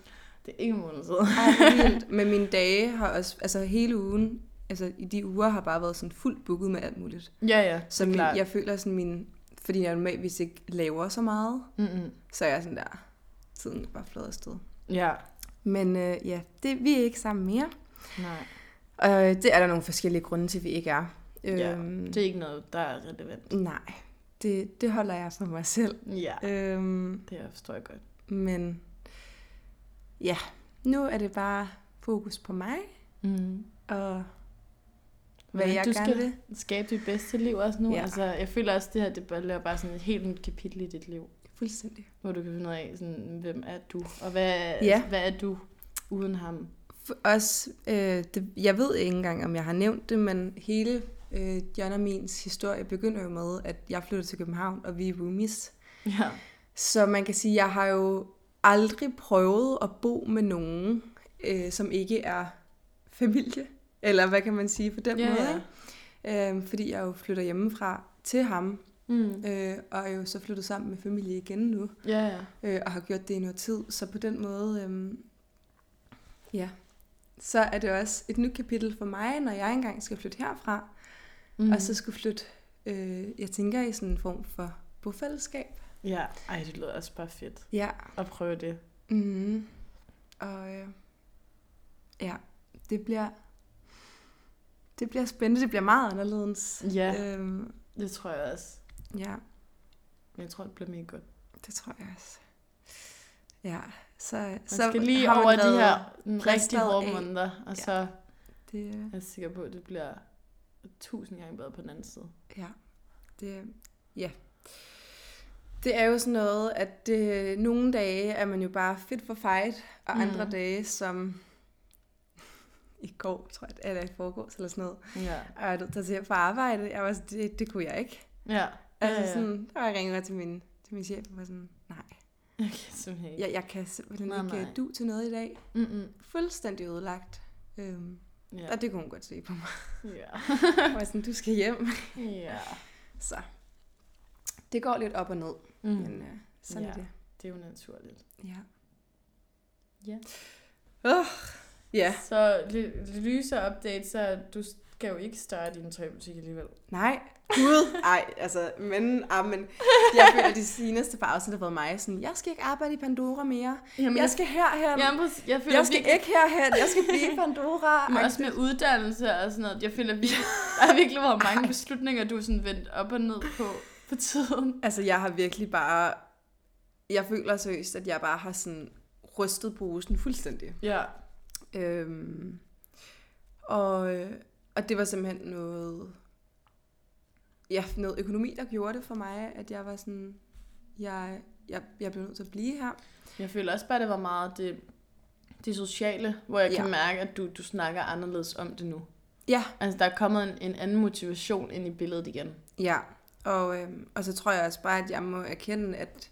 [SPEAKER 2] Det er ikke en måned siden.
[SPEAKER 1] Ej, hvor vildt. Men mine dage har også, altså hele ugen, altså i de uger har bare været sådan fuldt booket med alt muligt.
[SPEAKER 2] Ja, ja.
[SPEAKER 1] Så min, jeg føler sådan min, fordi jeg normalvis ikke laver så meget,
[SPEAKER 2] Mm-mm.
[SPEAKER 1] så er jeg sådan der, tiden er bare flad afsted.
[SPEAKER 2] Ja,
[SPEAKER 1] Men øh, ja, det, vi er ikke sammen mere.
[SPEAKER 2] nej.
[SPEAKER 1] Og øh, det er der nogle forskellige grunde til, vi ikke er.
[SPEAKER 2] Ja,
[SPEAKER 1] øhm,
[SPEAKER 2] Det er ikke noget, der er relevant.
[SPEAKER 1] Nej, det, det holder jeg for mig selv.
[SPEAKER 2] Ja,
[SPEAKER 1] Øhm,
[SPEAKER 2] Øh, det forstår jeg godt.
[SPEAKER 1] men ja, nu er det bare fokus på mig,
[SPEAKER 2] Mm.
[SPEAKER 1] og Hvad
[SPEAKER 2] hvordan
[SPEAKER 1] jeg
[SPEAKER 2] Mm. du
[SPEAKER 1] gerne
[SPEAKER 2] skal
[SPEAKER 1] vil.
[SPEAKER 2] skabe dit bedste liv også nu.
[SPEAKER 1] Ja.
[SPEAKER 2] Ja. Altså, jeg føler også, at det her det bare laver bare sådan et helt nyt kapitel i dit liv,
[SPEAKER 1] Fuldstændig.
[SPEAKER 2] hvor du kan finde ud af, sådan, hvem er du, og hvad,
[SPEAKER 1] Ja.
[SPEAKER 2] ja. hvad er du uden ham?
[SPEAKER 1] F- også, øh, det, jeg ved ikke engang, om jeg har nævnt det, men hele øh, John og mins historie begynder jo med, at jeg flyttede til København, og vi er roomies.
[SPEAKER 2] Ja.
[SPEAKER 1] Så man kan sige, at jeg har jo aldrig prøvet at bo med nogen, øh, som ikke er familie. Eller hvad kan man sige på den
[SPEAKER 2] Ja,
[SPEAKER 1] måde?
[SPEAKER 2] ja.
[SPEAKER 1] Ikke? Øh, fordi jeg jo flytter hjemmefra til ham,
[SPEAKER 2] Mm.
[SPEAKER 1] øh, og er jo så flyttet sammen med familie igen nu,
[SPEAKER 2] Ja, ja.
[SPEAKER 1] øh, og har gjort det i noget tid. Så på den måde, øh, ja, så er det også et nyt kapitel for mig, når jeg engang skal flytte herfra, mm. og så skulle flytte, øh, jeg tænker, i sådan en form for bofællesskab.
[SPEAKER 2] Ja, ej, det lyder også bare fedt
[SPEAKER 1] Ja,
[SPEAKER 2] at prøve det.
[SPEAKER 1] Mm. Og øh, ja, det bliver det bliver spændende. Det bliver meget anderledes.
[SPEAKER 2] Ja,
[SPEAKER 1] Øhm,
[SPEAKER 2] det tror jeg også.
[SPEAKER 1] ja,
[SPEAKER 2] Men jeg tror, det bliver mega godt.
[SPEAKER 1] det tror jeg også. Ja, så
[SPEAKER 2] Man
[SPEAKER 1] så
[SPEAKER 2] skal lige
[SPEAKER 1] har man
[SPEAKER 2] over de
[SPEAKER 1] lavet-
[SPEAKER 2] her den rigtig
[SPEAKER 1] bristet
[SPEAKER 2] hårde
[SPEAKER 1] af.
[SPEAKER 2] måneder, og
[SPEAKER 1] Ja.
[SPEAKER 2] så er
[SPEAKER 1] Det, øh,
[SPEAKER 2] jeg sikker på, at det bliver tusind gange bedre på den anden side.
[SPEAKER 1] ja, det, ja. Det er jo sådan noget, at det, nogle dage er man jo bare fit for fight, og andre
[SPEAKER 2] Mm.
[SPEAKER 1] dage som i går, tror jeg, eller i forgårs eller sådan noget,
[SPEAKER 2] Ja.
[SPEAKER 1] og jeg er nødt til at tage på arbejde. Jeg var sådan, det, det kunne jeg ikke.
[SPEAKER 2] Ja.
[SPEAKER 1] Altså
[SPEAKER 2] ja, ja.
[SPEAKER 1] sådan, der var jeg ringet til min, til min chef og var sådan, nej,
[SPEAKER 2] Jeg kan simpelthen ikke.
[SPEAKER 1] jeg, jeg kan simpelthen
[SPEAKER 2] Nej,
[SPEAKER 1] ikke
[SPEAKER 2] nej.
[SPEAKER 1] øh, du til noget i dag.
[SPEAKER 2] Mm-mm.
[SPEAKER 1] Fuldstændig ødelagt. Øhm,
[SPEAKER 2] Ja.
[SPEAKER 1] ja. Og det kunne hun godt se på mig.
[SPEAKER 2] Ja.
[SPEAKER 1] Jeg var sådan, du skal hjem.
[SPEAKER 2] ja.
[SPEAKER 1] Så det går lidt op og ned, mm. men
[SPEAKER 2] Mm.
[SPEAKER 1] øh, sådan ja.
[SPEAKER 2] Ja.
[SPEAKER 1] er det.
[SPEAKER 2] Det er jo naturligt.
[SPEAKER 1] Ja.
[SPEAKER 2] Ja.
[SPEAKER 1] Oh, ja.
[SPEAKER 2] Så ly- lyser update, så du skal jo ikke starte din tøjbutik alligevel.
[SPEAKER 1] Nej. Gud. Ej, altså, men, ah, men jeg føler, at de seneste par afsnit har været mig sådan, jeg skal ikke arbejde i Pandora mere.
[SPEAKER 2] Jamen,
[SPEAKER 1] Jeg skal herhen.
[SPEAKER 2] jamen, præcis. jeg føler
[SPEAKER 1] Jeg skal
[SPEAKER 2] virkelig-
[SPEAKER 1] ikke herhen. Jeg skal blive i Pandora.
[SPEAKER 2] Men også med uddannelse og sådan noget. Jeg føler, vi, der har virkelig været mange beslutninger, du er sådan vendt op og ned på på tiden.
[SPEAKER 1] Altså, jeg har virkelig bare... Jeg føler seriøst, at jeg bare har sådan rystet posen fuldstændig.
[SPEAKER 2] Ja.
[SPEAKER 1] Øhm, og, øh, og det var simpelthen noget... Ja, noget økonomi, der gjorde det for mig, at jeg var sådan... Jeg, jeg, jeg blev nødt til at blive her.
[SPEAKER 2] Jeg føler også bare, det var meget det, det sociale, hvor jeg kan
[SPEAKER 1] Ja.
[SPEAKER 2] mærke, at du, du snakker anderledes om det nu.
[SPEAKER 1] Ja.
[SPEAKER 2] Altså, der er kommet en, en anden motivation ind i billedet igen.
[SPEAKER 1] Ja, og, øh, og så tror jeg også bare, at jeg må erkende, at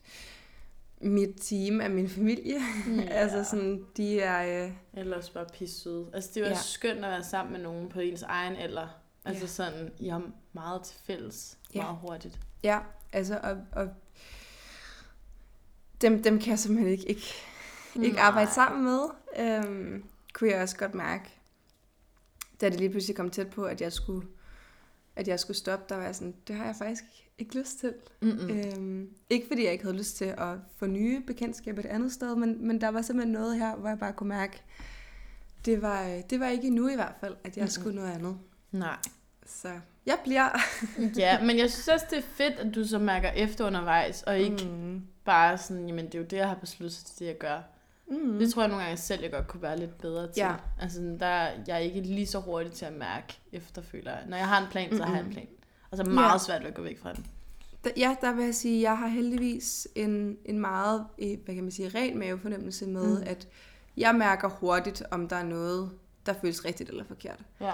[SPEAKER 1] mit team er min familie. Ja. altså sådan, de er... Øh,
[SPEAKER 2] Eller også bare pissede. Altså, det er jo
[SPEAKER 1] Ja.
[SPEAKER 2] ja. skønt at være sammen med nogen på ens egen alder.
[SPEAKER 1] Ja.
[SPEAKER 2] Altså ja. sådan, I har meget til fælles
[SPEAKER 1] Ja.
[SPEAKER 2] meget hurtigt.
[SPEAKER 1] Ja, altså, og, og dem, dem kan jeg simpelthen ikke, ikke, ikke
[SPEAKER 2] Nej.
[SPEAKER 1] arbejde sammen med, øhm, kunne jeg også godt mærke. Da det lige pludselig kom tæt på, at jeg skulle, at jeg skulle stoppe, der var jeg sådan, det har jeg faktisk ikke lyst til.
[SPEAKER 2] Mm-mm.
[SPEAKER 1] Mm. Øhm, ikke fordi jeg ikke havde lyst til at få nye bekendtskaber et andet sted, men, men der var simpelthen noget her, hvor jeg bare kunne mærke, det var, øh, det var ikke endnu i hvert fald, at jeg
[SPEAKER 2] Mm-mm.
[SPEAKER 1] mm. skulle noget andet.
[SPEAKER 2] Nej.
[SPEAKER 1] Så jeg bliver...
[SPEAKER 2] Ja, men jeg synes også, det er fedt, at du så mærker efter undervejs, og ikke mm.
[SPEAKER 1] Mm.
[SPEAKER 2] bare sådan, jamen det er jo det, jeg har besluttet, så det er det jeg gør.
[SPEAKER 1] Mm.
[SPEAKER 2] Mm. Det tror jeg nogle gange selv, jeg godt kunne være lidt bedre til.
[SPEAKER 1] Ja.
[SPEAKER 2] Altså, sådan, der, jeg er ikke lige så hurtig til at mærke efterfølger. jeg. Når jeg har en plan, så har jeg en
[SPEAKER 1] Mm-mm.
[SPEAKER 2] plan. Og så er det meget
[SPEAKER 1] Ja.
[SPEAKER 2] svært ved at gå væk fra den.
[SPEAKER 1] Der- Ja, der vil jeg sige, at jeg har heldigvis en, en meget, eh, hvad kan man sige, ren mavefornemmelse med, mm.
[SPEAKER 2] Mm.
[SPEAKER 1] at jeg mærker hurtigt, om der er noget, der føles rigtigt eller forkert.
[SPEAKER 2] Ja.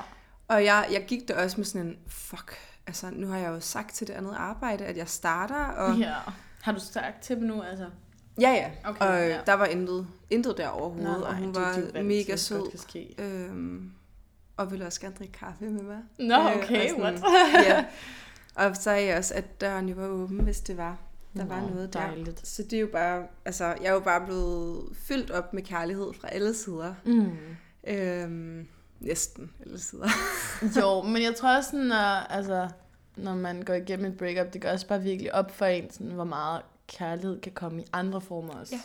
[SPEAKER 1] Og jeg, jeg gik der også med sådan en, fuck, altså nu har jeg jo sagt til det andet arbejde, at jeg starter, og ja,
[SPEAKER 2] ja. Har du sagt til dem nu, altså?
[SPEAKER 1] ja,
[SPEAKER 2] Okay,
[SPEAKER 1] og
[SPEAKER 2] ja.
[SPEAKER 1] der var intet, intet der overhovedet, og hun
[SPEAKER 2] det er
[SPEAKER 1] var
[SPEAKER 2] jo vant til,
[SPEAKER 1] mega
[SPEAKER 2] at
[SPEAKER 1] sød,
[SPEAKER 2] godt kan ske.
[SPEAKER 1] øhm, og ville også gerne drikke kaffe med mig.
[SPEAKER 2] Nå,
[SPEAKER 1] Øh, og
[SPEAKER 2] okay,
[SPEAKER 1] sådan-
[SPEAKER 2] what?
[SPEAKER 1] ja. Og så er jeg også, at døren jo var åben, hvis det var. Der var
[SPEAKER 2] Nå,
[SPEAKER 1] noget der.
[SPEAKER 2] Dejligt.
[SPEAKER 1] Så det er jo bare, altså, jeg er jo bare blevet fyldt op med kærlighed fra alle sider.
[SPEAKER 2] Mm.
[SPEAKER 1] Øhm, næsten alle sider.
[SPEAKER 2] Jo, men jeg tror også, sådan, når, altså, når man går igennem et breakup, det gør også bare virkelig op for en, sådan, hvor meget kærlighed kan komme i andre former også.
[SPEAKER 1] Ja.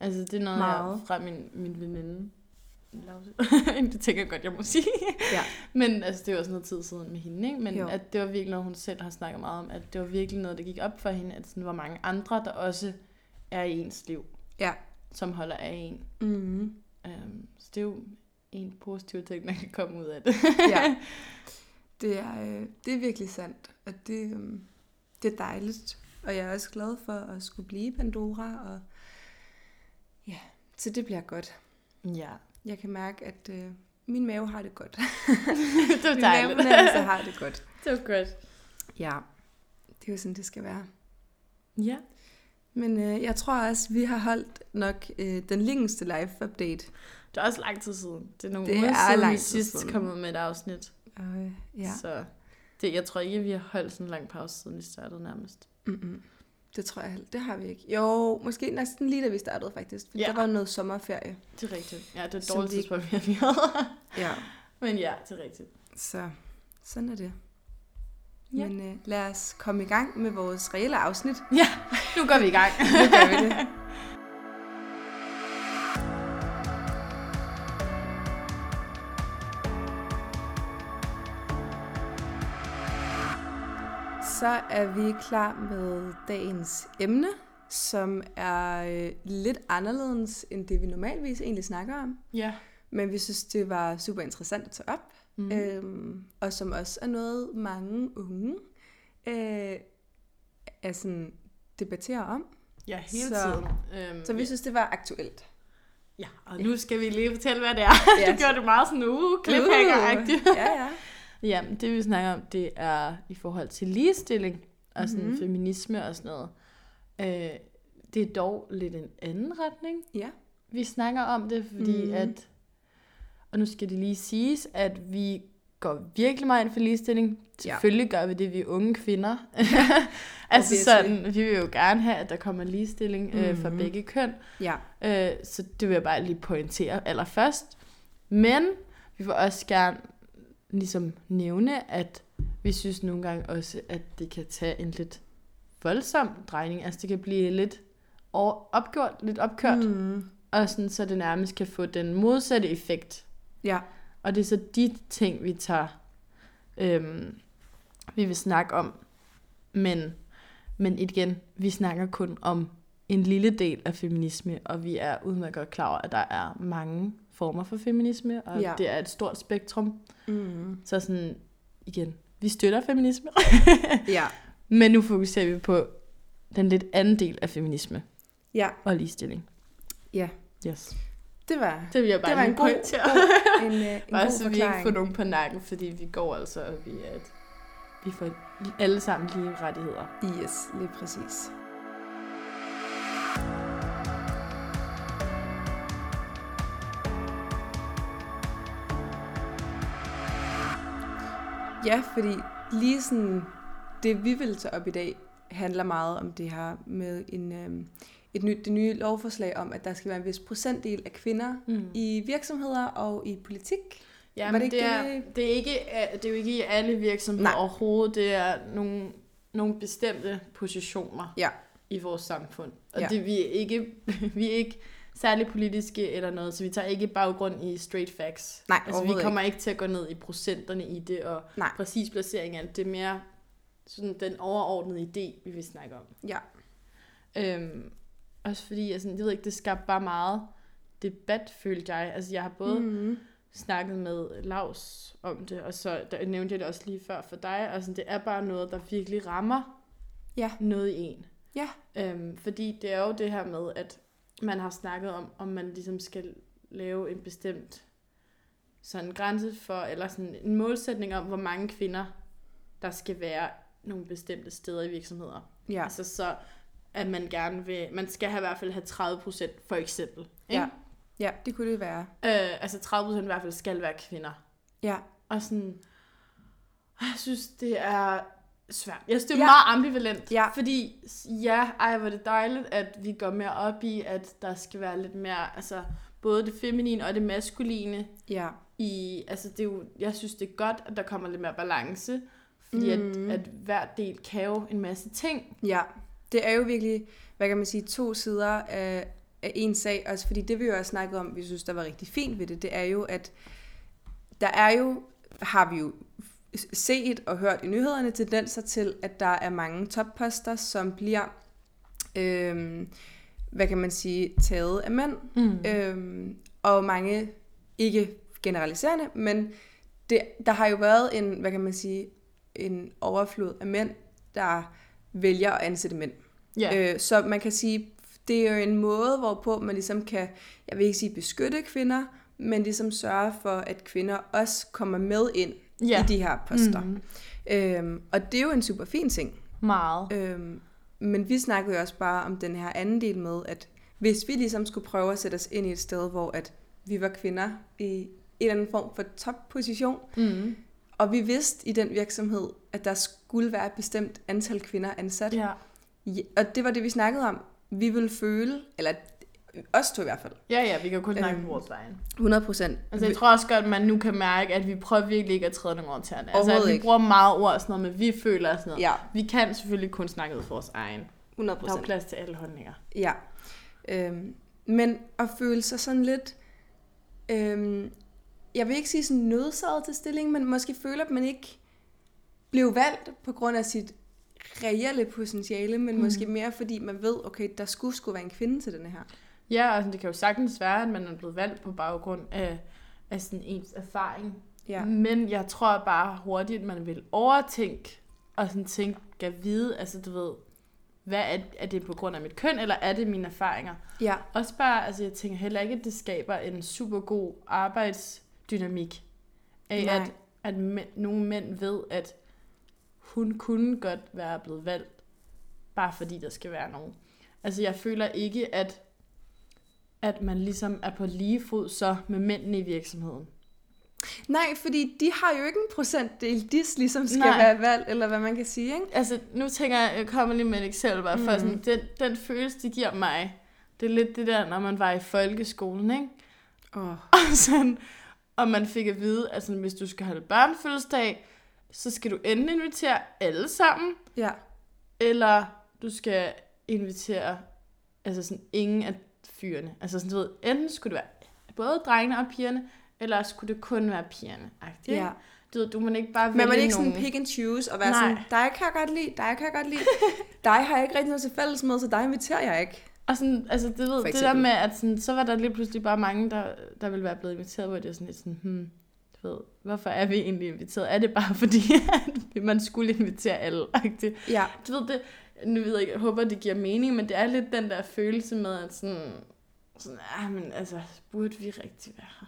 [SPEAKER 2] Altså, det er noget,
[SPEAKER 1] Meget.
[SPEAKER 2] jeg fra min, min veninde. Lause. det tænker jeg godt, jeg må sige.
[SPEAKER 1] Ja.
[SPEAKER 2] Men altså, det var sådan noget tid siden med hende, ikke? Men
[SPEAKER 1] Jo.
[SPEAKER 2] at det var virkelig noget, hun selv har snakket meget om, at det var virkelig noget, der gik op for hende, at sådan var mange andre, der også er i ens liv.
[SPEAKER 1] Ja.
[SPEAKER 2] Som holder af en. Øhm,
[SPEAKER 1] Mm-hmm.
[SPEAKER 2] Um, så det er jo en positiv ting, der kan komme ud af det.
[SPEAKER 1] Ja. Det er, øh, det er virkelig sandt, og det, øh, det er dejligt. Og jeg er også glad for at skulle blive Pandora, og ja, så det bliver godt.
[SPEAKER 2] Ja.
[SPEAKER 1] Jeg kan mærke, at øh, min mave har det godt.
[SPEAKER 2] det var
[SPEAKER 1] min
[SPEAKER 2] dejligt.
[SPEAKER 1] mavefornemmelse har det altså. godt.
[SPEAKER 2] det var godt.
[SPEAKER 1] Ja. Det er jo sådan, det skal være.
[SPEAKER 2] Ja.
[SPEAKER 1] Men øh, jeg tror også, vi har holdt nok øh, den længste live-update.
[SPEAKER 2] Det er også lang tid siden. Det er nogle
[SPEAKER 1] Det
[SPEAKER 2] det uger
[SPEAKER 1] er
[SPEAKER 2] siden,
[SPEAKER 1] lang
[SPEAKER 2] vi
[SPEAKER 1] tid
[SPEAKER 2] sidst
[SPEAKER 1] siden.
[SPEAKER 2] kom ud med et afsnit.
[SPEAKER 1] Og, øh, ja.
[SPEAKER 2] Så det, jeg tror ikke, vi har holdt sådan en lang pause, siden vi startede nærmest.
[SPEAKER 1] Mm-mm. Det tror jeg heller. Det har vi ikke. Jo, måske næsten lige da vi startede faktisk. For
[SPEAKER 2] Ja.
[SPEAKER 1] Der var jo noget sommerferie.
[SPEAKER 2] Det er rigtigt. Ja, det er et
[SPEAKER 1] Som
[SPEAKER 2] dårligt
[SPEAKER 1] vi ikke-
[SPEAKER 2] tidspunkt, vi havde.
[SPEAKER 1] Ja.
[SPEAKER 2] Men ja, det er rigtigt.
[SPEAKER 1] Så sådan er det.
[SPEAKER 2] Ja.
[SPEAKER 1] Men øh, lad os komme i gang med vores reelle afsnit.
[SPEAKER 2] Ja, nu går vi i gang.
[SPEAKER 1] Nu gør vi det. Så er vi klar med dagens emne, som er øh, lidt anderledes end det, vi normalvis egentlig snakker om.
[SPEAKER 2] ja.
[SPEAKER 1] Men vi synes, det var super interessant at tage op.
[SPEAKER 2] Mm.
[SPEAKER 1] Mm. Øhm, og som også er noget, mange unge øh, er sådan, debatterer om.
[SPEAKER 2] ja, hele
[SPEAKER 1] så-
[SPEAKER 2] tiden. Øhm,
[SPEAKER 1] Så vi synes, det var aktuelt.
[SPEAKER 2] Ja, og nu skal vi lige fortælle, hvad det er.
[SPEAKER 1] Ja.
[SPEAKER 2] Du gjorde det meget sådan, uh, cliffhanger-agtigt.
[SPEAKER 1] Uh, ja, ja.
[SPEAKER 2] Ja, men det vi snakker om, det er i forhold til ligestilling og sådan
[SPEAKER 1] Mhm.
[SPEAKER 2] mm-hmm. feminisme og sådan noget. Øh, det er dog lidt en anden retning.
[SPEAKER 1] Ja.
[SPEAKER 2] Vi snakker om det, fordi
[SPEAKER 1] Mhm.
[SPEAKER 2] mm. at, og nu skal det lige siges, at vi går virkelig meget ind for ligestilling.
[SPEAKER 1] Ja.
[SPEAKER 2] Selvfølgelig gør vi det, vi er unge kvinder. altså
[SPEAKER 1] Obviously.
[SPEAKER 2] sådan, vi vil jo gerne have, at der kommer ligestilling øh, fra
[SPEAKER 1] Mhm.
[SPEAKER 2] begge køn.
[SPEAKER 1] Ja.
[SPEAKER 2] Øh, så det vil jeg bare lige pointere allerførst. Men vi vil også gerne ligesom nævne, at vi synes nogle gange også, at det kan tage en lidt voldsom drejning. Altså det kan blive lidt over- opgjort, lidt opkørt, mm.
[SPEAKER 1] Mm.
[SPEAKER 2] og sådan, så det nærmest kan få den modsatte effekt.
[SPEAKER 1] Ja.
[SPEAKER 2] Og det er så de ting, vi tager, øhm, vi vil snakke om. Men, men igen, vi snakker kun om en lille del af feminisme, og vi er udmærket godt klar over, at der er mange former for feminisme, og
[SPEAKER 1] Ja.
[SPEAKER 2] ja. det er et stort spektrum.
[SPEAKER 1] Mm.
[SPEAKER 2] Så sådan, igen, vi støtter feminisme,
[SPEAKER 1] ja.
[SPEAKER 2] men nu fokuserer vi på den lidt anden del af feminisme
[SPEAKER 1] Ja,
[SPEAKER 2] og ligestilling.
[SPEAKER 1] Ja.
[SPEAKER 2] Yes.
[SPEAKER 1] det var
[SPEAKER 2] Det vil jeg bare
[SPEAKER 1] Det var
[SPEAKER 2] lige
[SPEAKER 1] en god-
[SPEAKER 2] pointere.
[SPEAKER 1] en, øh, en
[SPEAKER 2] Bare
[SPEAKER 1] god
[SPEAKER 2] så vi ikke
[SPEAKER 1] forklaring.
[SPEAKER 2] får nogen på nakken, fordi vi går altså, og vi, er et, vi får alle sammen lige rettigheder.
[SPEAKER 1] Yes, lige præcis. Ja, fordi lige sådan det, vi vil tage op i dag, handler meget om det her med en, øh, et nyt, det nye lovforslag om, at der skal være en vis procentdel af kvinder
[SPEAKER 2] Mm.
[SPEAKER 1] i virksomheder og i politik.
[SPEAKER 2] Ja,
[SPEAKER 1] Var
[SPEAKER 2] men
[SPEAKER 1] det
[SPEAKER 2] det,
[SPEAKER 1] ikke
[SPEAKER 2] det, er,
[SPEAKER 1] det,
[SPEAKER 2] det, er ikke, øh, det er jo ikke i alle virksomheder
[SPEAKER 1] Nej.
[SPEAKER 2] Nej. overhovedet. Det er nogle, nogle bestemte positioner
[SPEAKER 1] Ja.
[SPEAKER 2] i vores samfund. Og
[SPEAKER 1] Ja.
[SPEAKER 2] ja. det, vi, er ikke, vi er ikke særlig politiske eller noget, så vi tager ikke baggrund i straight facts.
[SPEAKER 1] Nej,
[SPEAKER 2] altså, vi
[SPEAKER 1] overhovedet
[SPEAKER 2] kommer ikke. til at gå ned i procenterne i det, og
[SPEAKER 1] Nej.
[SPEAKER 2] præcis placering af det. Det er mere sådan den overordnede idé, vi vil snakke om.
[SPEAKER 1] Ja.
[SPEAKER 2] Øhm, også fordi, altså, jeg ved ikke, det skabte bare meget debat, følte jeg. Altså, jeg har både
[SPEAKER 1] Mm-hmm.
[SPEAKER 2] snakket med Lars om det, og så der, nævnte jeg det også lige før for dig, og sådan, det er bare noget, der virkelig rammer
[SPEAKER 1] Ja.
[SPEAKER 2] noget i en.
[SPEAKER 1] Ja.
[SPEAKER 2] Øhm, fordi det er jo det her med, at man har snakket om, om man ligesom skal lave en bestemt sådan grænse for, eller sådan en målsætning om, hvor mange kvinder, der skal være nogle bestemte steder i virksomheder.
[SPEAKER 1] Ja.
[SPEAKER 2] Altså så, at man gerne vil, man skal have i hvert fald have 30 procent, for eksempel. ikke?
[SPEAKER 1] Ja. ja, det kunne det være.
[SPEAKER 2] Øh, altså 30 procent i hvert fald skal være kvinder.
[SPEAKER 1] Ja,
[SPEAKER 2] Og sådan, og jeg synes, det er svært. Jeg synes, det er
[SPEAKER 1] Ja.
[SPEAKER 2] ja. meget ambivalent.
[SPEAKER 1] Ja.
[SPEAKER 2] Fordi, ja, ej, hvor er det dejligt, at vi går mere op i, at der skal være lidt mere, altså, både det feminine og det maskuline
[SPEAKER 1] ja.
[SPEAKER 2] i, altså, det er jo, jeg synes, det er godt, at der kommer lidt mere balance. Fordi
[SPEAKER 1] Mhm.
[SPEAKER 2] mm. at, at hver del kan jo en masse ting.
[SPEAKER 1] Ja, det er jo virkelig, hvad kan man sige, to sider af, af en sag. Også fordi det vi jo har snakket om, vi synes, der var rigtig fint ved det, det er jo, at der er jo, har vi jo set og hørt i nyhederne, tendenser til, at der er mange topposter, som bliver, øhm, hvad kan man sige, taget af mænd.
[SPEAKER 2] Mm.
[SPEAKER 1] Øhm, og mange, ikke generaliserende, men det, der har jo været en, hvad kan man sige, en overflod af mænd, der vælger at ansætte mænd.
[SPEAKER 2] Ja.
[SPEAKER 1] Øh, så man kan sige, det er jo en måde, hvorpå man ligesom kan, jeg vil ikke sige beskytte kvinder, men ligesom sørge for, at kvinder også kommer med ind ja.
[SPEAKER 2] ja.
[SPEAKER 1] i de her poster. Mm.
[SPEAKER 2] Mm,
[SPEAKER 1] Øhm, og det er jo en super fin ting.
[SPEAKER 2] meget.
[SPEAKER 1] Øhm, men vi snakkede jo også bare om den her anden del med, at hvis vi ligesom skulle prøve at sætte os ind i et sted, hvor at vi var kvinder i en eller anden form for topposition,
[SPEAKER 2] Mm.
[SPEAKER 1] og vi vidste i den virksomhed, at der skulle være et bestemt antal kvinder ansat.
[SPEAKER 2] Ja.
[SPEAKER 1] Ja. Og det var det, vi snakkede om. Vi ville føle, eller os to i hvert fald,
[SPEAKER 2] ja, ja, vi kan jo kun snakke
[SPEAKER 1] Øhm,
[SPEAKER 2] på vores vejen.
[SPEAKER 1] 100 procent.
[SPEAKER 2] Altså, jeg tror også godt, man nu kan mærke, at vi prøver virkelig ikke at træde nogen over tæerne. Altså, at
[SPEAKER 1] Overhovedet
[SPEAKER 2] vi
[SPEAKER 1] ikke.
[SPEAKER 2] bruger meget ord og sådan noget, men vi føler og sådan noget.
[SPEAKER 1] Ja,
[SPEAKER 2] Vi kan selvfølgelig kun snakke ud for vores egen.
[SPEAKER 1] 100
[SPEAKER 2] Der er jo
[SPEAKER 1] procent.
[SPEAKER 2] plads til alle holdninger.
[SPEAKER 1] Ja. Øhm, men at føle sig sådan lidt, øhm, jeg vil ikke sige sådan nødsaget til stilling, men måske føler, at man ikke blev valgt på grund af sit reelle potentiale, men mm. måske mere fordi man ved, okay, der skulle skulle være en kvinde til den her.
[SPEAKER 2] Ja, og sådan, det kan jo sagtens være, at man er blevet valgt på baggrund af, af sådan ens erfaring.
[SPEAKER 1] Ja.
[SPEAKER 2] Men jeg tror bare hurtigt, at man vil overtænke og sådan tænke, kan vide, altså du ved, hvad er, er det på grund af mit køn, eller er det mine erfaringer?
[SPEAKER 1] Ja,
[SPEAKER 2] Også bare, altså jeg tænker heller ikke, at det skaber en super god arbejdsdynamik. Af
[SPEAKER 1] Nej.
[SPEAKER 2] at, at mænd, nogle mænd ved, at hun kunne godt være blevet valgt, bare fordi der skal være nogen. Altså jeg føler ikke, at, at man ligesom er på lige fod så med mændene i virksomheden.
[SPEAKER 1] Nej, fordi de har jo ikke en procentdel, de ligesom skal
[SPEAKER 2] Nej.
[SPEAKER 1] Nej. være valgt, eller hvad man kan sige, ikke?
[SPEAKER 2] Altså nu tænker jeg, jeg kommer lige med et eksempel bare for
[SPEAKER 1] Mhm.
[SPEAKER 2] sådan, den, den følelse, de giver mig, det er lidt det der, når man var i folkeskolen, ikke?
[SPEAKER 1] Oh.
[SPEAKER 2] Og, sådan, og man fik at vide, at sådan, hvis du skal holde børnefødselsdag, så skal du enten invitere alle sammen,
[SPEAKER 1] Ja,
[SPEAKER 2] eller du skal invitere altså sådan, ingen af fyrene. Altså sådan, du ved, enten skulle det være både drengene og pigerne, eller også skulle det kun være pigerne.
[SPEAKER 1] ja. ja.
[SPEAKER 2] Du, ved, du må ikke bare vælge
[SPEAKER 1] Men man er ikke
[SPEAKER 2] nogen.
[SPEAKER 1] sådan pick and choose og være
[SPEAKER 2] Nej.
[SPEAKER 1] Nej. sådan, dig kan jeg godt lide, dig kan jeg godt lide, dig har jeg ikke rigtig noget til fælles med, så dig inviterer jeg ikke.
[SPEAKER 2] Og sådan, altså, det, ved, det der
[SPEAKER 1] eksempel.
[SPEAKER 2] med, at sådan, så var der lige pludselig bare mange, der, der ville være blevet inviteret, hvor det var sådan lidt sådan, hmm, du ved, hvorfor er vi egentlig inviteret? Er det bare fordi, at man skulle invitere alle? agtigt?
[SPEAKER 1] Ja,
[SPEAKER 2] Du ved, det, nu ved jeg ikke, jeg håber, det giver mening, men det er lidt den der følelse med, at sådan, sådan, ah, men altså, burde vi rigtig være her?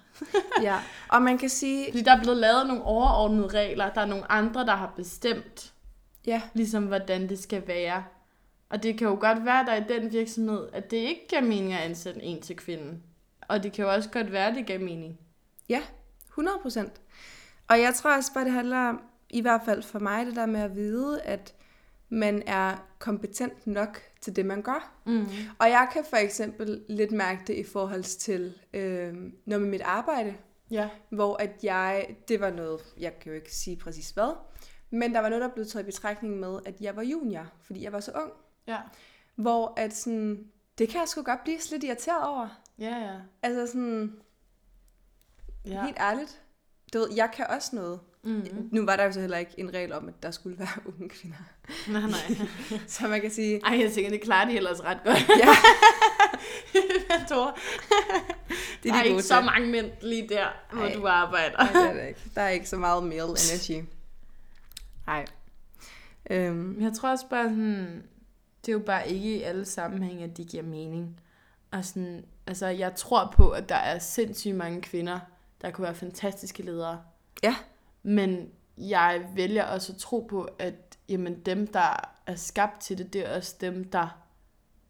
[SPEAKER 1] ja. Og man kan sige,
[SPEAKER 2] Fordi der er blevet lavet nogle overordnede regler, der er nogle andre, der har bestemt,
[SPEAKER 1] ja,
[SPEAKER 2] ligesom hvordan det skal være. Og det kan jo godt være, der i den virksomhed, at det ikke giver mening at ansætte en til kvinden. Og det kan jo også godt være, at det giver mening.
[SPEAKER 1] ja, 100 procent. Og jeg tror også bare, det handler om, i hvert fald for mig, det der med at vide, at man er kompetent nok til det, man gør.
[SPEAKER 2] Mm.
[SPEAKER 1] Og jeg kan for eksempel lidt mærke det i forhold til øh, noget med mit arbejde.
[SPEAKER 2] Ja.
[SPEAKER 1] hvor at jeg, det var noget, jeg kan jo ikke sige præcis hvad, men der var noget, der blev taget i betragtning med, at jeg var junior, fordi jeg var så ung,
[SPEAKER 2] Ja.
[SPEAKER 1] hvor at sådan, det kan jeg sgu godt blive lidt irriteret over.
[SPEAKER 2] Ja, ja.
[SPEAKER 1] Altså sådan, ja.
[SPEAKER 2] ja.
[SPEAKER 1] helt ærligt, du ved, jeg kan også noget.
[SPEAKER 2] Mm.
[SPEAKER 1] Nu var der jo så heller ikke en regel om, at der skulle være unge kvinder.
[SPEAKER 2] Nej, nej.
[SPEAKER 1] Så man kan sige,
[SPEAKER 2] Ej, jeg tænker, det klarer de ellers ret godt.
[SPEAKER 1] ja,
[SPEAKER 2] Jeg tror,
[SPEAKER 1] det
[SPEAKER 2] der
[SPEAKER 1] er
[SPEAKER 2] er
[SPEAKER 1] de gode
[SPEAKER 2] ikke så
[SPEAKER 1] til.
[SPEAKER 2] mange mænd lige der, hvor
[SPEAKER 1] Ej.
[SPEAKER 2] du arbejder.
[SPEAKER 1] Nej, det er der ikke. Der er ikke så meget male energy.
[SPEAKER 2] Nej.
[SPEAKER 1] Øhm,
[SPEAKER 2] Jeg tror også bare sådan, det er jo bare ikke i alle sammenhænge, at det giver mening. Og sådan, altså jeg tror på, at der er sindssygt mange kvinder, der kunne være fantastiske ledere.
[SPEAKER 1] Ja.
[SPEAKER 2] Men jeg vælger også at tro på, at jamen, dem, der er skabt til det, det er også dem, der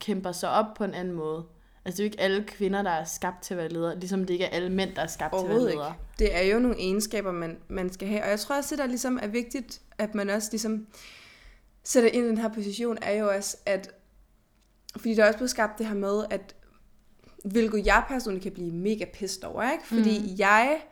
[SPEAKER 2] kæmper sig op på en anden måde. Altså det er jo ikke alle kvinder, der er skabt til at være ledere, ligesom det ikke er alle mænd, der er skabt til at være
[SPEAKER 1] Overhovedet ikke.
[SPEAKER 2] ledere.
[SPEAKER 1] Det er jo nogle egenskaber, man, man skal have. Og jeg tror også, det der ligesom er vigtigt, at man også ligesom sætter ind i den her position, er jo også, at... Fordi der er også blevet skabt det her med, at hvilket jeg personligt kan blive mega pissed over, ikke? Fordi mm. jeg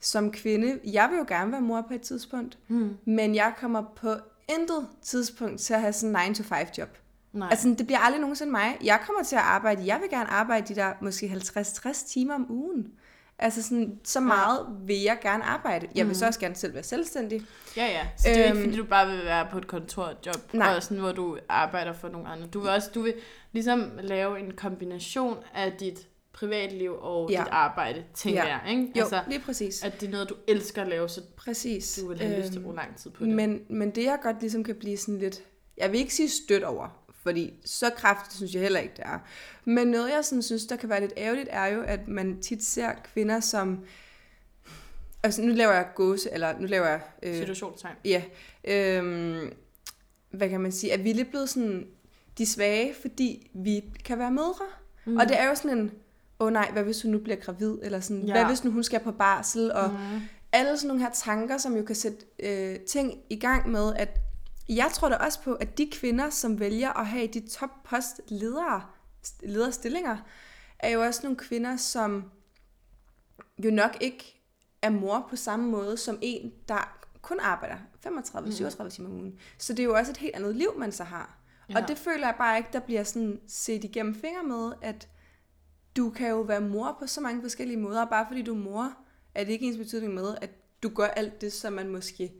[SPEAKER 1] som kvinde, jeg vil jo gerne være mor på et tidspunkt,
[SPEAKER 2] Mm.
[SPEAKER 1] men jeg kommer på intet tidspunkt til at have sådan en 9-to-5 job.
[SPEAKER 2] Nej.
[SPEAKER 1] Altså, det bliver aldrig nogensinde mig. Jeg kommer til at arbejde, jeg vil gerne arbejde de der måske 50-60 timer om ugen. Altså sådan, så meget vil jeg gerne arbejde.
[SPEAKER 2] Mm.
[SPEAKER 1] Jeg vil så også gerne selv være selvstændig.
[SPEAKER 2] Ja, ja. Så det er jo ikke,
[SPEAKER 1] Øhm,
[SPEAKER 2] fordi du bare vil være på et kontorjob,
[SPEAKER 1] Nej.
[SPEAKER 2] og sådan, hvor du arbejder for nogle andre. Du vil også du vil ligesom lave en kombination af dit privatliv og
[SPEAKER 1] Ja.
[SPEAKER 2] dit arbejde, tænker
[SPEAKER 1] Ja.
[SPEAKER 2] jeg. Ikke?
[SPEAKER 1] Jo,
[SPEAKER 2] Altså,
[SPEAKER 1] lige præcis.
[SPEAKER 2] at det er noget, du elsker at lave, så
[SPEAKER 1] Præcis.
[SPEAKER 2] du vil have øhm, lyst til at
[SPEAKER 1] Øhm,
[SPEAKER 2] bruge lang tid på det.
[SPEAKER 1] Men, men det jeg godt ligesom kan blive sådan lidt, jeg vil ikke sige stødt over, fordi så kraftigt synes jeg heller ikke, det er. Men noget, jeg sådan synes, der kan være lidt ærgerligt, er jo, at man tit ser kvinder som, altså nu laver jeg gåse, eller nu laver jeg, øh,
[SPEAKER 2] Situationstegn.
[SPEAKER 1] ja, øh, hvad kan man sige, at vi er lidt blevet sådan de svage, fordi vi kan være mødre. Mm. Og det er jo sådan en, åh oh nej, hvad hvis hun nu bliver gravid, eller sådan,
[SPEAKER 2] Ja.
[SPEAKER 1] ja. hvad hvis nu hun skal på barsel, og
[SPEAKER 2] mm.
[SPEAKER 1] alle sådan nogle her tanker, som jo kan sætte øh, ting i gang med, at jeg tror da også på, at de kvinder, som vælger at have de top-post-ledere, st- lederstillinger, er jo også nogle kvinder, som jo nok ikke er mor på samme måde som en, der kun arbejder 35-37 timer om ugen. Så det er jo også et helt andet liv, man så har. Ja.
[SPEAKER 2] Ja.
[SPEAKER 1] Og det føler jeg bare ikke, der bliver sådan set igennem fingre med, at du kan jo være mor på så mange forskellige måder, og bare fordi du er mor, er det ikke ens betydning med, at du gør alt det, som man måske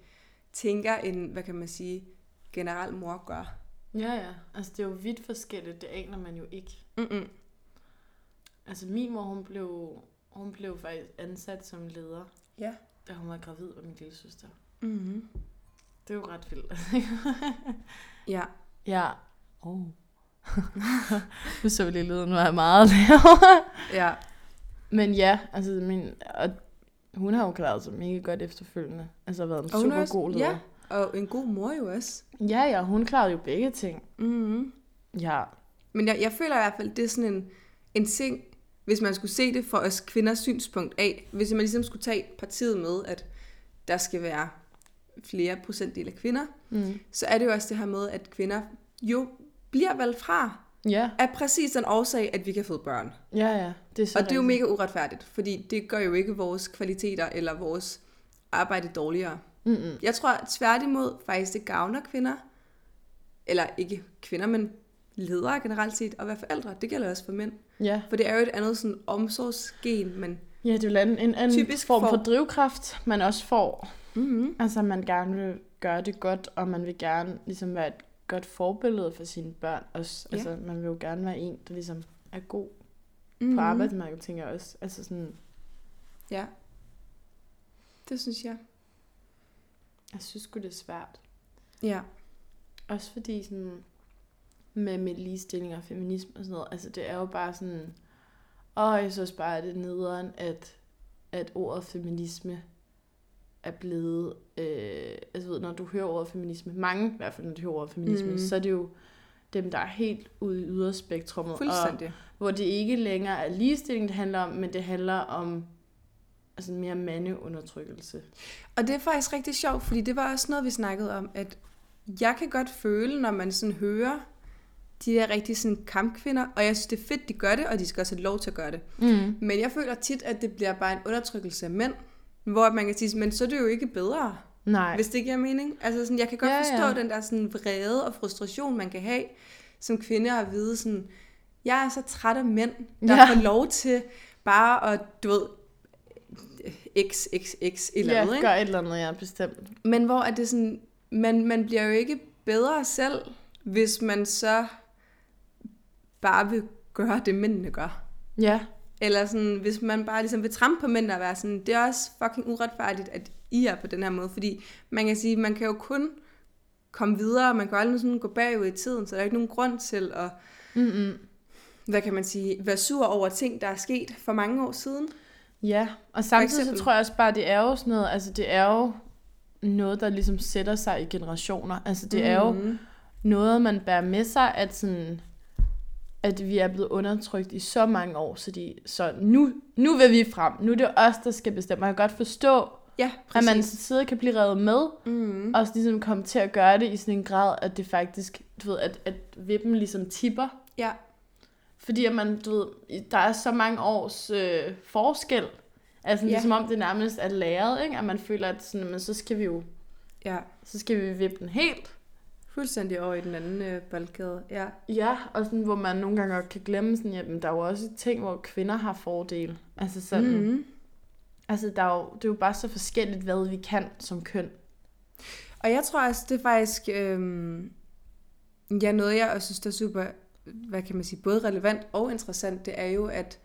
[SPEAKER 1] tænker en, hvad kan man sige, generel mor gør.
[SPEAKER 2] Ja, ja. Altså, det er jo vidt forskelligt. Det aner man jo ikke.
[SPEAKER 1] Mm-mm.
[SPEAKER 2] Altså, min mor, hun blev, hun blev faktisk ansat som leder,
[SPEAKER 1] Ja.
[SPEAKER 2] da hun var gravid med min lille søster.
[SPEAKER 1] Mm-hmm.
[SPEAKER 2] Det er jo ret vildt.
[SPEAKER 1] Ja.
[SPEAKER 2] ja. Oh. nu så vi lige lyden, nu er jeg meget lavere.
[SPEAKER 1] Ja.
[SPEAKER 2] Men ja, altså min, og hun har jo klaret sig mega godt efterfølgende. Altså har været en
[SPEAKER 1] Og hun er
[SPEAKER 2] super god
[SPEAKER 1] også-
[SPEAKER 2] leder.
[SPEAKER 1] ja. Og en god mor jo også.
[SPEAKER 2] ja, ja, hun klarede jo begge ting.
[SPEAKER 1] Mm-hmm.
[SPEAKER 2] Ja,
[SPEAKER 1] Men jeg, jeg føler i hvert fald, det er sådan en, en ting, hvis man skulle se det fra os kvinders synspunkt af, hvis man ligesom skulle tage partiet med, at der skal være flere procentdel af kvinder,
[SPEAKER 2] mm.
[SPEAKER 1] så er det jo også det her med, at kvinder jo bliver valgt fra
[SPEAKER 2] ja,
[SPEAKER 1] af præcis den årsag, at vi kan få børn.
[SPEAKER 2] ja, ja. Det er så
[SPEAKER 1] Og det er jo
[SPEAKER 2] rigtigt.
[SPEAKER 1] mega uretfærdigt, fordi det gør jo ikke vores kvaliteter eller vores arbejde dårligere.
[SPEAKER 2] Mm-mm.
[SPEAKER 1] Jeg tror tværtimod faktisk, det gavner kvinder, eller ikke kvinder, men ledere generelt set, at være forældre. Det gælder også for mænd.
[SPEAKER 2] Ja.
[SPEAKER 1] For det er jo et andet sådan omsorgsgen, men...
[SPEAKER 2] ja, det er jo en, en anden
[SPEAKER 1] Typisk
[SPEAKER 2] form for
[SPEAKER 1] får-
[SPEAKER 2] drivkraft, man også får.
[SPEAKER 1] Mm-hmm.
[SPEAKER 2] Altså, man gerne vil gøre det godt, og man vil gerne ligesom være et godt forbillede for sine børn også.
[SPEAKER 1] Ja.
[SPEAKER 2] Altså, man vil jo gerne være en, der ligesom er god på
[SPEAKER 1] Mm-hmm.
[SPEAKER 2] arbejdsmarkedet, tænker jeg også. Altså sådan,
[SPEAKER 1] Ja. Det synes jeg.
[SPEAKER 2] jeg synes sgu, det er svært.
[SPEAKER 1] Ja.
[SPEAKER 2] Også fordi sådan, med, med ligestilling og feminisme og sådan noget, altså det er jo bare sådan, og jeg synes bare, at det er nederen, at, at ordet feminisme er blevet, øh, altså ved, når du hører ordet feminisme, mange i hvert fald, når du hører ordet feminisme, mm.
[SPEAKER 1] Mhm.
[SPEAKER 2] så er det jo dem, der er helt ude i yderspektrummet, og
[SPEAKER 1] Fuldstændig.
[SPEAKER 2] hvor det ikke længere er ligestilling, det handler om, men det handler om altså mere mandeundertrykkelse.
[SPEAKER 1] Og det er faktisk rigtig sjovt, fordi det var også noget, vi snakkede om, at jeg kan godt føle, når man sådan hører de der rigtig sådan kampkvinder, og jeg synes, det er fedt, de gør det, og de skal også have lov til at gøre det.
[SPEAKER 2] Mm.
[SPEAKER 1] Men jeg føler tit, at det bliver bare en undertrykkelse af mænd, hvor man kan sige, men så er det jo ikke bedre,
[SPEAKER 2] Nej.
[SPEAKER 1] Ej. hvis det giver mening. Altså sådan, jeg kan godt
[SPEAKER 2] Ja,
[SPEAKER 1] ja,
[SPEAKER 2] ja.
[SPEAKER 1] forstå ja. den der sådan vrede og frustration, man kan have som kvinde at vide sådan, jeg er så træt af mænd, der
[SPEAKER 2] Ja.
[SPEAKER 1] ja. får lov til bare at, du ved, x, x, x, et eller andet,
[SPEAKER 2] ja,
[SPEAKER 1] ikke?
[SPEAKER 2] gør et eller andet, ja, bestemt.
[SPEAKER 1] Men hvor er det sådan, man, man bliver jo ikke bedre selv, hvis man så bare vil gøre det, mændene gør.
[SPEAKER 2] Ja,
[SPEAKER 1] Eller sådan, hvis man bare ligesom vil trampe på mændene og være sådan, det er også fucking uretfærdigt, at I er på den her måde. Fordi man kan sige, man kan jo kun komme videre, man kan jo aldrig sådan gå bagud i tiden, så der er ikke nogen grund til at,
[SPEAKER 2] Mm-mm.
[SPEAKER 1] hvad kan man sige, være sur over ting, der er sket for mange år siden.
[SPEAKER 2] Ja, og samtidig
[SPEAKER 1] eksempel.
[SPEAKER 2] så tror jeg også bare, det er jo sådan noget, altså det er jo noget, der ligesom sætter sig i generationer. Altså det mm. er jo
[SPEAKER 1] Mhm.
[SPEAKER 2] noget, man bærer med sig, at sådan, at vi er blevet undertrykt i så mange år, så, de, så nu, nu vil vi frem. Nu er det os, der skal bestemme. Man kan godt forstå,
[SPEAKER 1] Ja,
[SPEAKER 2] Præcis. at man
[SPEAKER 1] præcis.
[SPEAKER 2] til tider kan blive revet med,
[SPEAKER 1] Mm.
[SPEAKER 2] og så ligesom komme til at gøre det i sådan en grad, at det faktisk, du ved, at, at vippen ligesom tipper.
[SPEAKER 1] Ja,
[SPEAKER 2] Fordi at man, du ved, der er så mange års øh, forskel. Altså, ja. det er
[SPEAKER 1] Ja.
[SPEAKER 2] som om, det nærmest er læret, ikke? At man føler, at sådan, men så skal vi jo
[SPEAKER 1] ja.
[SPEAKER 2] så skal vi vippe den helt.
[SPEAKER 1] Fuldstændig over i den anden øh, boldgade, ja.
[SPEAKER 2] Ja, og sådan, hvor man nogle gange godt kan glemme, sådan, jamen, der er jo også ting, hvor kvinder har fordel. Altså, sådan, mm-hmm.
[SPEAKER 1] Mm-hmm.
[SPEAKER 2] altså der er jo, det er jo bare så forskelligt, hvad vi kan som køn.
[SPEAKER 1] Og jeg tror også, det er faktisk øhm, ja, noget, jeg også synes, der er super, hvad kan man sige, både relevant og interessant, det er jo, at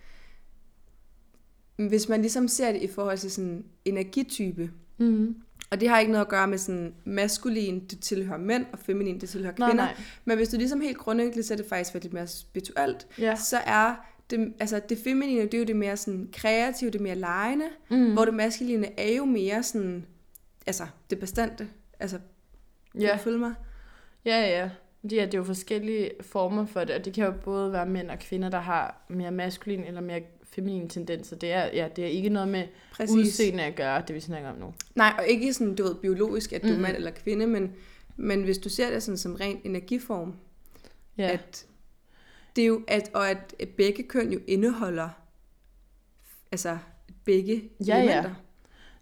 [SPEAKER 1] Hvis man ligesom ser det i forhold til sådan energitype,
[SPEAKER 2] Mm.
[SPEAKER 1] og det har ikke noget at gøre med sådan maskulin, det tilhører mænd, og feminin, det tilhører
[SPEAKER 2] Nej,
[SPEAKER 1] kvinder.
[SPEAKER 2] nej.
[SPEAKER 1] Men hvis du ligesom helt grundlæggende ser det faktisk være lidt mere spirituelt,
[SPEAKER 2] Ja.
[SPEAKER 1] så er det, altså det feminine, det er jo det mere sådan kreative, det mere lejende,
[SPEAKER 2] Mm.
[SPEAKER 1] mm. hvor det maskuline er jo mere sådan, altså det bestandte, altså ja.
[SPEAKER 2] ja.
[SPEAKER 1] du følger mig?
[SPEAKER 2] Ja, ja. Ja, det er jo forskellige former for det, og det kan jo både være mænd og kvinder, der har mere maskulin eller mere feminine tendenser. Det er, ja, det er ikke noget med Præcis. udseende at gøre, det vi snakker om nu.
[SPEAKER 1] Nej, og ikke sådan, du ved, biologisk, at du mm. er
[SPEAKER 2] Mhm.
[SPEAKER 1] mand eller kvinde, men, men hvis du ser det sådan som ren energiform, ja.
[SPEAKER 2] Ja,
[SPEAKER 1] at det er jo, at, og at begge køn jo indeholder, altså begge
[SPEAKER 2] Ja, ja.
[SPEAKER 1] elementer.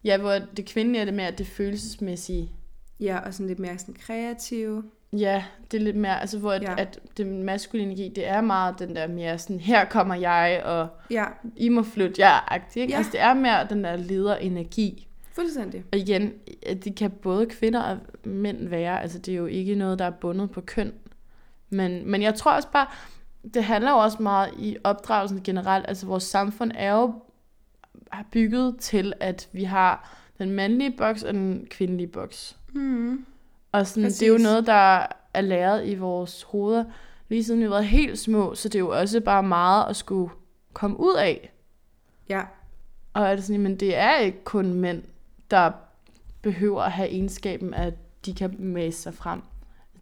[SPEAKER 2] ja hvor det kvindelige er det mere det følelsesmæssige.
[SPEAKER 1] Ja, og sådan lidt mere sådan kreative.
[SPEAKER 2] Ja, det er lidt mere, altså hvor at, ja.
[SPEAKER 1] Ja.
[SPEAKER 2] at det maskuline energi, det er meget den der mere sådan, her kommer jeg, og
[SPEAKER 1] Ja,
[SPEAKER 2] I må flytte jer, ikke? Ja.
[SPEAKER 1] Ja.
[SPEAKER 2] Altså det er mere den der leder-energi.
[SPEAKER 1] fuldstændig.
[SPEAKER 2] Og igen, at det kan både kvinder og mænd være. Altså, det er jo ikke noget, der er bundet på køn. Men, men jeg tror også bare, det handler jo også meget i opdragelsen generelt. Altså, vores samfund er jo har bygget til, at vi har den mandlige boks og den kvindelige boks. Mhm.
[SPEAKER 1] Mm.
[SPEAKER 2] Og sådan, det er jo
[SPEAKER 1] Præcis.
[SPEAKER 2] noget, der er læret i vores hoveder, lige siden vi har været helt små. Så det er jo også bare meget at skulle komme ud af.
[SPEAKER 1] Ja,
[SPEAKER 2] Og er det sådan, men det er ikke kun mænd, der behøver at have egenskaben, at de kan mase sig frem.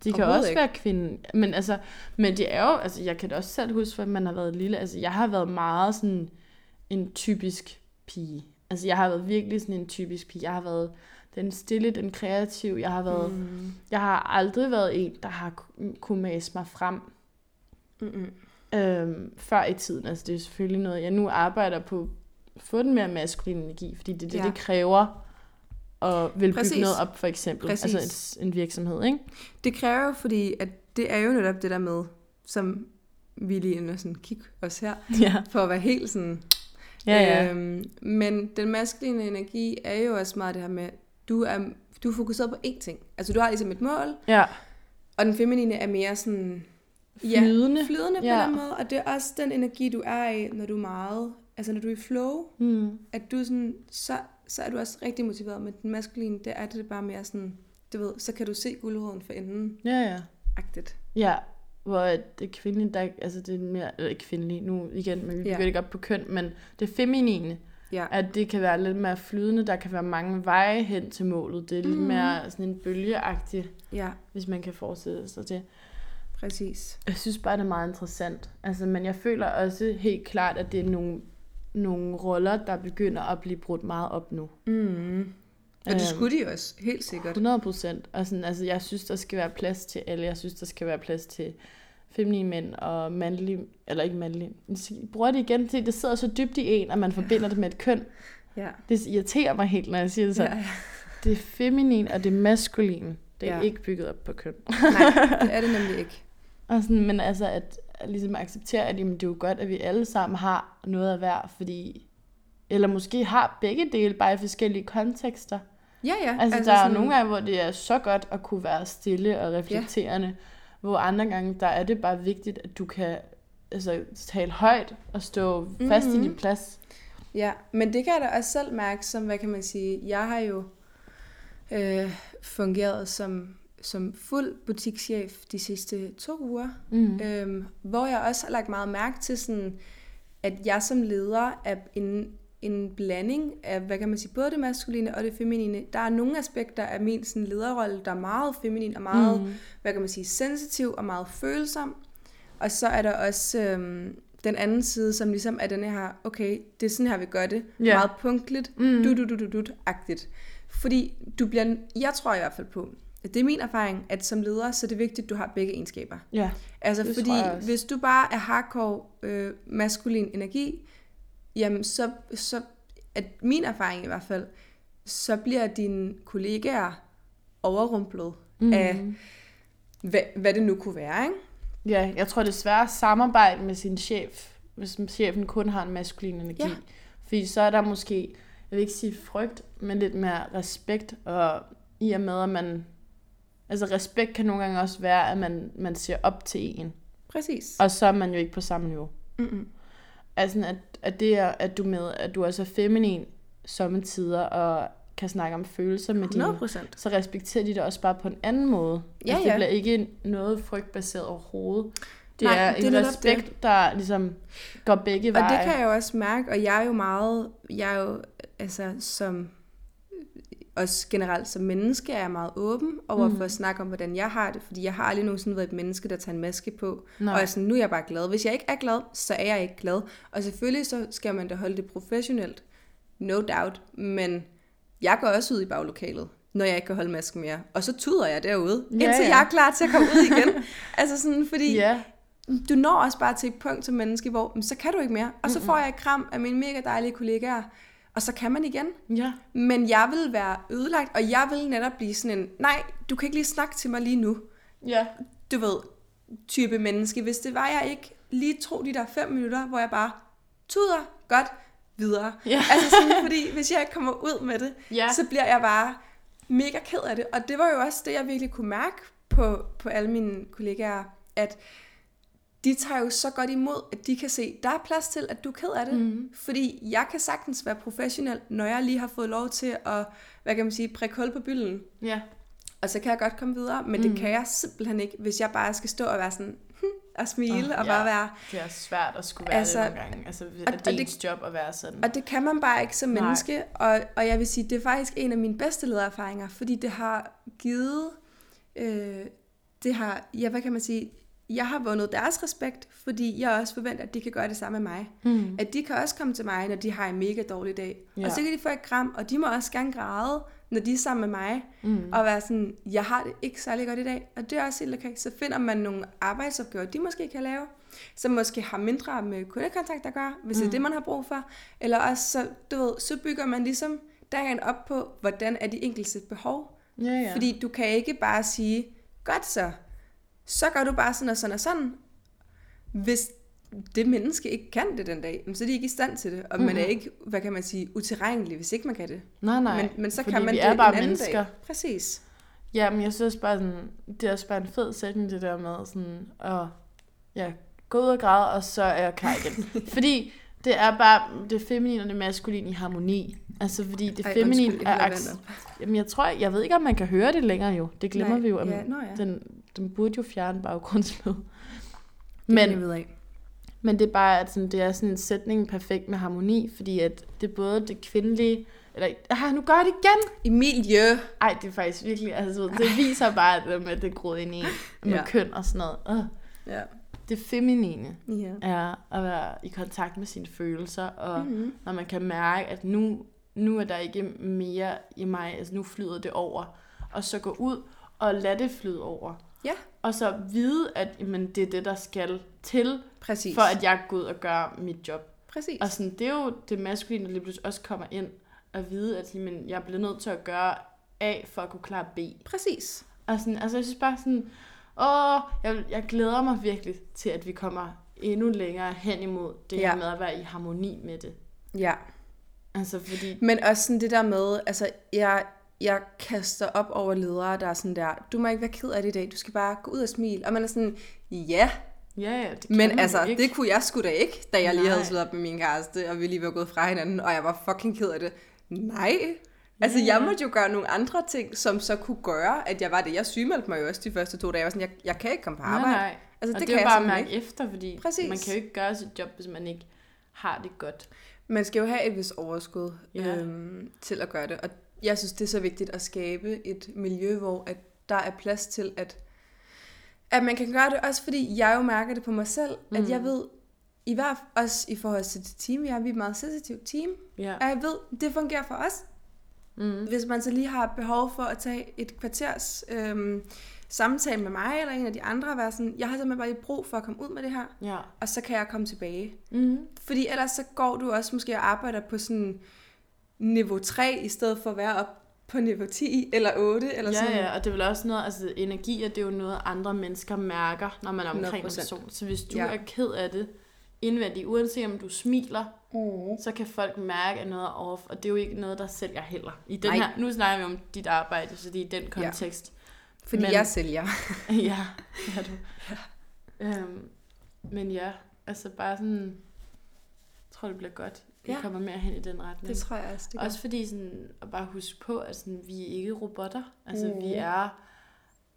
[SPEAKER 2] De kan
[SPEAKER 1] Overhovedet
[SPEAKER 2] også
[SPEAKER 1] ikke.
[SPEAKER 2] være kvinden. Men, altså, men det er jo, altså jeg kan da også selv huske, at man har været lille. Altså jeg har været meget sådan en typisk pige. Altså jeg har været virkelig sådan en typisk pige. Jeg har været den stille, den kreative. Jeg har, været, mm. jeg har aldrig været en, der har ku- kunne mase mig frem
[SPEAKER 1] Mm-mm.
[SPEAKER 2] øhm, før i tiden. Altså det er selvfølgelig noget, jeg nu arbejder på at få den mere maskuline energi, fordi det er det, ja.
[SPEAKER 1] Ja.
[SPEAKER 2] det kræver at vil bygge
[SPEAKER 1] Præcis.
[SPEAKER 2] noget op, for eksempel.
[SPEAKER 1] Præcis.
[SPEAKER 2] Altså et, en virksomhed, ikke?
[SPEAKER 1] Det kræver jo, fordi at det er jo netop det der med, som vi lige ender sådan kigge os her,
[SPEAKER 2] Ja,
[SPEAKER 1] for at være helt sådan.
[SPEAKER 2] ja, ja.
[SPEAKER 1] Øhm, men den maskuline energi er jo også meget det her med, du er, du er fokuseret på én ting. Altså du har ligesom et mål,
[SPEAKER 2] ja.
[SPEAKER 1] og den feminine er mere sådan
[SPEAKER 2] Flydende.
[SPEAKER 1] flydende på
[SPEAKER 2] Ja.
[SPEAKER 1] ja. den måde, og det er også den energi, du er i, når du er meget, altså når du er i flow,
[SPEAKER 2] Mm.
[SPEAKER 1] at du er sådan, så, så er du også rigtig motiveret, men den maskuline, det er det bare mere sådan, du ved, så kan du se guldråden for enden,
[SPEAKER 2] Ja, ja.
[SPEAKER 1] agtigt.
[SPEAKER 2] Ja, hvor at det kvindelige, der, altså det er mere, eller ikke kvindelige nu igen, men vi
[SPEAKER 1] Ja.
[SPEAKER 2] begynder ikke op på køn, men det feminine,
[SPEAKER 1] Ja.
[SPEAKER 2] at det kan være lidt mere flydende, der kan være mange veje hen til målet. Det er lidt
[SPEAKER 1] Mhm.
[SPEAKER 2] mere sådan en bølgeagtig,
[SPEAKER 1] Ja,
[SPEAKER 2] hvis man kan forestille sig det.
[SPEAKER 1] præcis.
[SPEAKER 2] Jeg synes bare, det er meget interessant. Altså, men jeg føler også helt klart, at det er nogle, nogle roller, der begynder at blive brudt meget op nu.
[SPEAKER 1] Mm. Og
[SPEAKER 2] Øhm.
[SPEAKER 1] det skulle de også, helt sikkert.
[SPEAKER 2] 100 procent. Og sådan, altså, jeg synes, der skal være plads til alle. Jeg synes, der skal være plads til feminine mænd og mandlige, eller ikke mandlige. Jeg bruger det igen til, det sidder så dybt i en, at man forbinder det med et køn.
[SPEAKER 1] Ja.
[SPEAKER 2] Det irriterer mig helt, når jeg siger det
[SPEAKER 1] Så.
[SPEAKER 2] så.
[SPEAKER 1] ja.
[SPEAKER 2] Ja. Det er feminin og det er maskulin. Det er ja.
[SPEAKER 1] Ja.
[SPEAKER 2] ikke bygget op på køn.
[SPEAKER 1] Nej, det er det nemlig ikke.
[SPEAKER 2] Og sådan, men altså at, at ligesom acceptere, at jamen, det er jo godt, at vi alle sammen har noget af hver, fordi... Eller måske har begge dele, bare i forskellige kontekster.
[SPEAKER 1] Ja, ja.
[SPEAKER 2] Altså, altså der er nogle gange, hvor det er så godt at kunne være stille og reflekterende, hvor andre gange, der er det bare vigtigt, at du kan altså, tale højt og stå mm-hmm. fast i
[SPEAKER 1] Mhm.
[SPEAKER 2] din plads.
[SPEAKER 1] Ja, men det kan jeg da også selv mærke, som, hvad kan man sige, jeg har jo øh, fungeret som, som fuld butikschef de sidste to uger,
[SPEAKER 2] Mm.
[SPEAKER 1] øhm, hvor jeg også har lagt meget mærke til, sådan, at jeg som leder er en, en blanding af, hvad kan man sige, både det maskuline og det feminine. Der er nogle aspekter af min sådan, lederrolle, der er meget feminin og meget
[SPEAKER 2] Mm.
[SPEAKER 1] hvad kan man sige, sensitiv og meget følsom. Og så er der også øhm, den anden side, som ligesom er den her, okay, det er sådan her, vi gør det.
[SPEAKER 2] Ja.
[SPEAKER 1] Meget punktligt,
[SPEAKER 2] Mm.
[SPEAKER 1] du du du du du agtigt Fordi du bliver, jeg tror i hvert fald på, at det er min erfaring, at som leder, så er det vigtigt, at du har begge egenskaber.
[SPEAKER 2] Ja.
[SPEAKER 1] Altså
[SPEAKER 2] Det
[SPEAKER 1] det
[SPEAKER 2] tror jeg
[SPEAKER 1] fordi,
[SPEAKER 2] også.
[SPEAKER 1] hvis du bare er hardcore øh, maskulin energi, jamen så, så at min erfaring i hvert fald, så bliver dine kollegaer overrumplet mm. af, hvad, hvad det nu kunne være, ikke?
[SPEAKER 2] Ja, jeg tror desværre at samarbejde med sin chef, hvis chefen kun har en maskulin energi. Ja.
[SPEAKER 1] Ja.
[SPEAKER 2] Fordi så er der måske, jeg vil ikke sige frygt, men lidt mere respekt, og i og med, at man... Altså respekt kan nogle gange også være, at man, man ser op til en,
[SPEAKER 1] Præcis.
[SPEAKER 2] og så er man jo ikke på samme niveau.
[SPEAKER 1] Mm-mm.
[SPEAKER 2] er sådan, at, at det er, at du med, at du også er feminin sommetider, og kan snakke om følelser med dine,
[SPEAKER 1] 100 procent.
[SPEAKER 2] så respekterer de det også bare på en anden måde.
[SPEAKER 1] Ja,
[SPEAKER 2] altså,
[SPEAKER 1] ja.
[SPEAKER 2] Det bliver ikke noget frygtbaseret overhovedet. Det
[SPEAKER 1] Nej,
[SPEAKER 2] er
[SPEAKER 1] det
[SPEAKER 2] en
[SPEAKER 1] er netop
[SPEAKER 2] respekt, der ligesom går begge
[SPEAKER 1] Og
[SPEAKER 2] veje.
[SPEAKER 1] det kan jeg jo også mærke, og jeg er jo meget, jeg er jo, altså som, også generelt som menneske, er jeg meget åben
[SPEAKER 2] Mm.
[SPEAKER 1] over for at snakke om, hvordan jeg har det, fordi jeg har aldrig nogensinde været et menneske, der tager en maske på,
[SPEAKER 2] Nej.
[SPEAKER 1] Nej. og er sådan, nu er jeg bare glad. Hvis jeg ikke er glad, så er jeg ikke glad. Og selvfølgelig så skal man da holde det professionelt, no doubt, men jeg går også ud i baglokalet, når jeg ikke kan holde masken mere, og så tuder jeg derude,
[SPEAKER 2] Ja,
[SPEAKER 1] ja, indtil ja.
[SPEAKER 2] ja.
[SPEAKER 1] jeg er klar til at komme ud igen. altså sådan, fordi
[SPEAKER 2] Ja,
[SPEAKER 1] du når også bare til et punkt som menneske, hvor "Men så kan du ikke mere. Og så får jeg et kram af mine mega dejlige kollegaer, og så kan man igen.
[SPEAKER 2] ja.
[SPEAKER 1] Men jeg vil være ødelagt, og jeg vil netop blive sådan en, nej, du kan ikke lige snakke til mig lige nu.
[SPEAKER 2] Ja,
[SPEAKER 1] Du ved, type menneske. Hvis det var jeg ikke, lige tro de der fem minutter, hvor jeg bare tuder godt videre.
[SPEAKER 2] Ja.
[SPEAKER 1] Altså sådan, fordi hvis jeg ikke kommer ud med det,
[SPEAKER 2] Ja.
[SPEAKER 1] så bliver jeg bare mega ked af det. Og det var jo også det, jeg virkelig kunne mærke på, på alle mine kollegaer, at de tager jo så godt imod, at de kan se, der er plads til, at du er ked af det.
[SPEAKER 2] Mhm.
[SPEAKER 1] Mm. Fordi jeg kan sagtens være professionel, når jeg lige har fået lov til at, hvad kan man sige, prikke hul på bylden.
[SPEAKER 2] ja.
[SPEAKER 1] Og så kan jeg godt komme videre, men mm. det kan jeg simpelthen ikke, hvis jeg bare skal stå og være sådan, hm, og smile, oh, og
[SPEAKER 2] ja.
[SPEAKER 1] bare være...
[SPEAKER 2] Det er svært at skulle være altså,
[SPEAKER 1] Altså,
[SPEAKER 2] det nogle gange. Altså, at
[SPEAKER 1] og
[SPEAKER 2] det er
[SPEAKER 1] det-
[SPEAKER 2] ens job at være sådan.
[SPEAKER 1] Og det kan man bare ikke som
[SPEAKER 2] Nej.
[SPEAKER 1] menneske. Og, og jeg vil sige, det er faktisk en af mine bedste ledererfaringer, fordi det har givet, øh, det har, ja, hvad kan man sige, jeg har vundet deres respekt, fordi jeg også forventer, at de kan gøre det samme med mig.
[SPEAKER 2] Mm.
[SPEAKER 1] At de kan også komme til mig, når de har en mega dårlig dag. Ja.
[SPEAKER 2] Ja.
[SPEAKER 1] Og så kan de få et kram, og de må også gerne græde, når de er sammen med mig,
[SPEAKER 2] Mm.
[SPEAKER 1] og være sådan, jeg har det ikke særlig godt i dag, og det er også helt okay. Så finder man nogle arbejdsopgaver, de måske kan lave, som måske har mindre med kundekontakt at gøre, hvis mm. det er det, man har brug for. Eller også, så, du ved, så bygger man ligesom dagen op på, hvordan er de enkelte behov.
[SPEAKER 2] Ja, ja.
[SPEAKER 1] Ja. Fordi du kan ikke bare sige, godt så, så gør du bare sådan og sådan og sådan. Hvis det menneske ikke kan det den dag, jamen, så er de ikke i stand til det. Og man er ikke, hvad kan man sige, utilregnelig, hvis ikke man kan det.
[SPEAKER 2] Mhm. nej, nej.
[SPEAKER 1] men, men så
[SPEAKER 2] fordi
[SPEAKER 1] kan man
[SPEAKER 2] vi
[SPEAKER 1] det
[SPEAKER 2] er bare
[SPEAKER 1] en anden
[SPEAKER 2] mennesker.
[SPEAKER 1] dag. Præcis.
[SPEAKER 2] Ja, men jeg synes også bare, sådan, det er også bare en fed sætning, det der med sådan, at ja, gå ud og græde, og så er jeg klar igen. fordi det er bare det feminine og det maskuline i harmoni. Altså, fordi det
[SPEAKER 1] Ej,
[SPEAKER 2] feminine
[SPEAKER 1] undskyld, jeg
[SPEAKER 2] er...
[SPEAKER 1] hælder
[SPEAKER 2] Aks-
[SPEAKER 1] vand
[SPEAKER 2] Jamen, jeg tror, jeg ved ikke, om man kan høre det længere jo. Det glemmer
[SPEAKER 1] Nej,
[SPEAKER 2] vi jo. Om,
[SPEAKER 1] ja, nå ja.
[SPEAKER 2] den, den burde jo fjerne baggrundslyd.
[SPEAKER 1] Men,
[SPEAKER 2] Men
[SPEAKER 1] jeg ved af.
[SPEAKER 2] Men det er bare, at sådan, det er sådan en sætning perfekt med harmoni, fordi at det er både det kvindelige, eller, ah, nu gør jeg det igen!
[SPEAKER 1] Emilie.
[SPEAKER 2] Ej, det er faktisk virkelig, altså, du ved, det viser bare, at det- at det er groet ind i en med ja.
[SPEAKER 1] Ja.
[SPEAKER 2] køn og sådan noget. Uh,
[SPEAKER 1] Ja.
[SPEAKER 2] det feminine
[SPEAKER 1] ja.
[SPEAKER 2] er at være i kontakt med sine følelser, og
[SPEAKER 1] Mhm.
[SPEAKER 2] når man kan mærke, at nu, nu er der ikke mere i mig, altså nu flyder det over, og så gå ud og lade det flyde over.
[SPEAKER 1] Ja.
[SPEAKER 2] Og så vide, at jamen, det er det, der skal til,
[SPEAKER 1] Præcis.
[SPEAKER 2] for at Altså- jeg går ud og gør mit job.
[SPEAKER 1] Præcis.
[SPEAKER 2] Og sådan, det er jo det maskuline, der lige pludselig også kommer ind og vide, at men, jeg bliver nødt til at gøre A for at kunne klare B.
[SPEAKER 1] Præcis.
[SPEAKER 2] Og sådan, altså, jeg synes bare sådan, åh, jeg, jeg glæder mig virkelig til, at vi kommer endnu længere hen imod det ja.
[SPEAKER 1] Ja.
[SPEAKER 2] her med at være i harmoni med det.
[SPEAKER 1] Ja.
[SPEAKER 2] Altså, fordi,
[SPEAKER 1] Men også sådan det der med, altså jeg, jeg kaster op over ledere, der er sådan der, du må ikke være ked af det i dag, du skal bare gå ud og smile. Og man er sådan, ja,
[SPEAKER 2] ja, ja, det
[SPEAKER 1] men
[SPEAKER 2] kan man
[SPEAKER 1] altså,
[SPEAKER 2] jo ikke.
[SPEAKER 1] det kunne jeg sgu da ikke, da jeg lige
[SPEAKER 2] Nej.
[SPEAKER 1] havde slået op med min kæreste, og vi lige var gået fra hinanden, og jeg var fucking ked af det. Nej. Altså,
[SPEAKER 2] Ja, ja.
[SPEAKER 1] jeg måtte jo gøre nogle andre ting, som så kunne gøre, at jeg var det. Jeg sygemeldte mig jo også de første to dage. Jeg var sådan, jeg, jeg kan ikke komme på arbejde.
[SPEAKER 2] Nej, nej.
[SPEAKER 1] Altså,
[SPEAKER 2] og
[SPEAKER 1] det
[SPEAKER 2] det
[SPEAKER 1] kan
[SPEAKER 2] er jo
[SPEAKER 1] jeg
[SPEAKER 2] bare at
[SPEAKER 1] simpelthen
[SPEAKER 2] mærke efter, fordi
[SPEAKER 1] Præcis.
[SPEAKER 2] man kan jo ikke gøre sit job, hvis man ikke har det godt.
[SPEAKER 1] Man skal jo have et vis overskud
[SPEAKER 2] Ja.
[SPEAKER 1] ja. øhm, til at gøre det, og jeg synes, det er så vigtigt at skabe et miljø, hvor at der er plads til, at, at man kan gøre det, også fordi jeg jo mærker det på mig selv, mm. at jeg ved, i hvert også i forhold til det team, jeg er, vi er et meget sensitivt team,
[SPEAKER 2] Ja.
[SPEAKER 1] og jeg ved, det fungerer for os. Mm. Hvis man så lige har behov for at tage et kvarters øhm, samtale med mig, eller en af de andre, og være sådan, jeg har simpelthen bare lige brug for at komme ud med det her,
[SPEAKER 2] Ja.
[SPEAKER 1] og så kan jeg komme tilbage.
[SPEAKER 2] Mm-hmm.
[SPEAKER 1] Fordi ellers så går du også måske og arbejder på sådan niveau 3, i stedet for at være op på niveau 10 eller 8, eller
[SPEAKER 2] Ja,
[SPEAKER 1] sådan.
[SPEAKER 2] ja, og det er vel også noget, altså energi, og det er jo noget, andre mennesker mærker, når man er omkring en
[SPEAKER 1] 100%.
[SPEAKER 2] person. Så hvis du ja.
[SPEAKER 1] Ja.
[SPEAKER 2] er ked af det indvendigt, uanset om du smiler,
[SPEAKER 1] Mm.
[SPEAKER 2] så kan folk mærke, at noget er off, og det er jo ikke noget, der sælger heller. I den
[SPEAKER 1] Nej.
[SPEAKER 2] her, nu snakker vi om dit arbejde, så det er i den kontekst.
[SPEAKER 1] Fordi
[SPEAKER 2] Men-
[SPEAKER 1] men... jeg sælger.
[SPEAKER 2] Ja, ja, det er du. Ja. Øhm, men ja, altså bare sådan, tror, det bliver godt. Vi
[SPEAKER 1] Ja.
[SPEAKER 2] kommer mere hen i den retning.
[SPEAKER 1] Det tror jeg også, det gør.
[SPEAKER 2] Også fordi sådan, at bare huske på, at sådan, vi er ikke robotter. Altså,
[SPEAKER 1] Mm.
[SPEAKER 2] vi er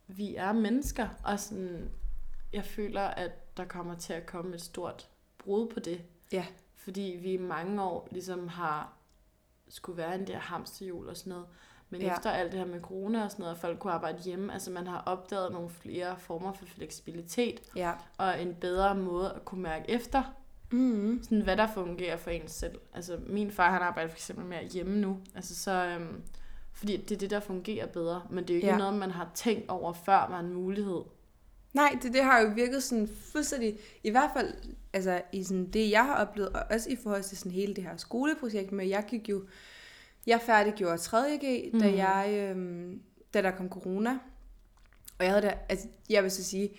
[SPEAKER 2] vi er mennesker, og sådan, jeg føler, at der kommer til at komme et stort brud på det.
[SPEAKER 1] Ja.
[SPEAKER 2] Fordi vi i mange år ligesom har skulle være i en der hamsterhjul og sådan noget. Men
[SPEAKER 1] Ja.
[SPEAKER 2] ja. efter alt det her med corona og sådan noget, og folk kunne arbejde hjemme, altså man har opdaget nogle flere former for fleksibilitet
[SPEAKER 1] Ja.
[SPEAKER 2] og en bedre måde at kunne mærke efter,
[SPEAKER 1] Mm.
[SPEAKER 2] sådan, hvad der fungerer for en selv. Altså, min far, han arbejder for eksempel mere hjemme nu. Altså, så, øhm, fordi det er det, der fungerer bedre. Men det er jo ikke
[SPEAKER 1] Ja.
[SPEAKER 2] ja. noget, man har tænkt over, før var en mulighed.
[SPEAKER 1] Nej, det, det har jo virket sådan fuldstændig, i hvert fald altså, i sådan det, jeg har oplevet, og også i forhold til sådan hele det her skoleprojekt med, jeg gik jo, jeg færdiggjorde 3.G, mm. da
[SPEAKER 2] Mhm.
[SPEAKER 1] jeg, øhm, da der kom corona, og jeg havde da, altså, jeg vil så sige,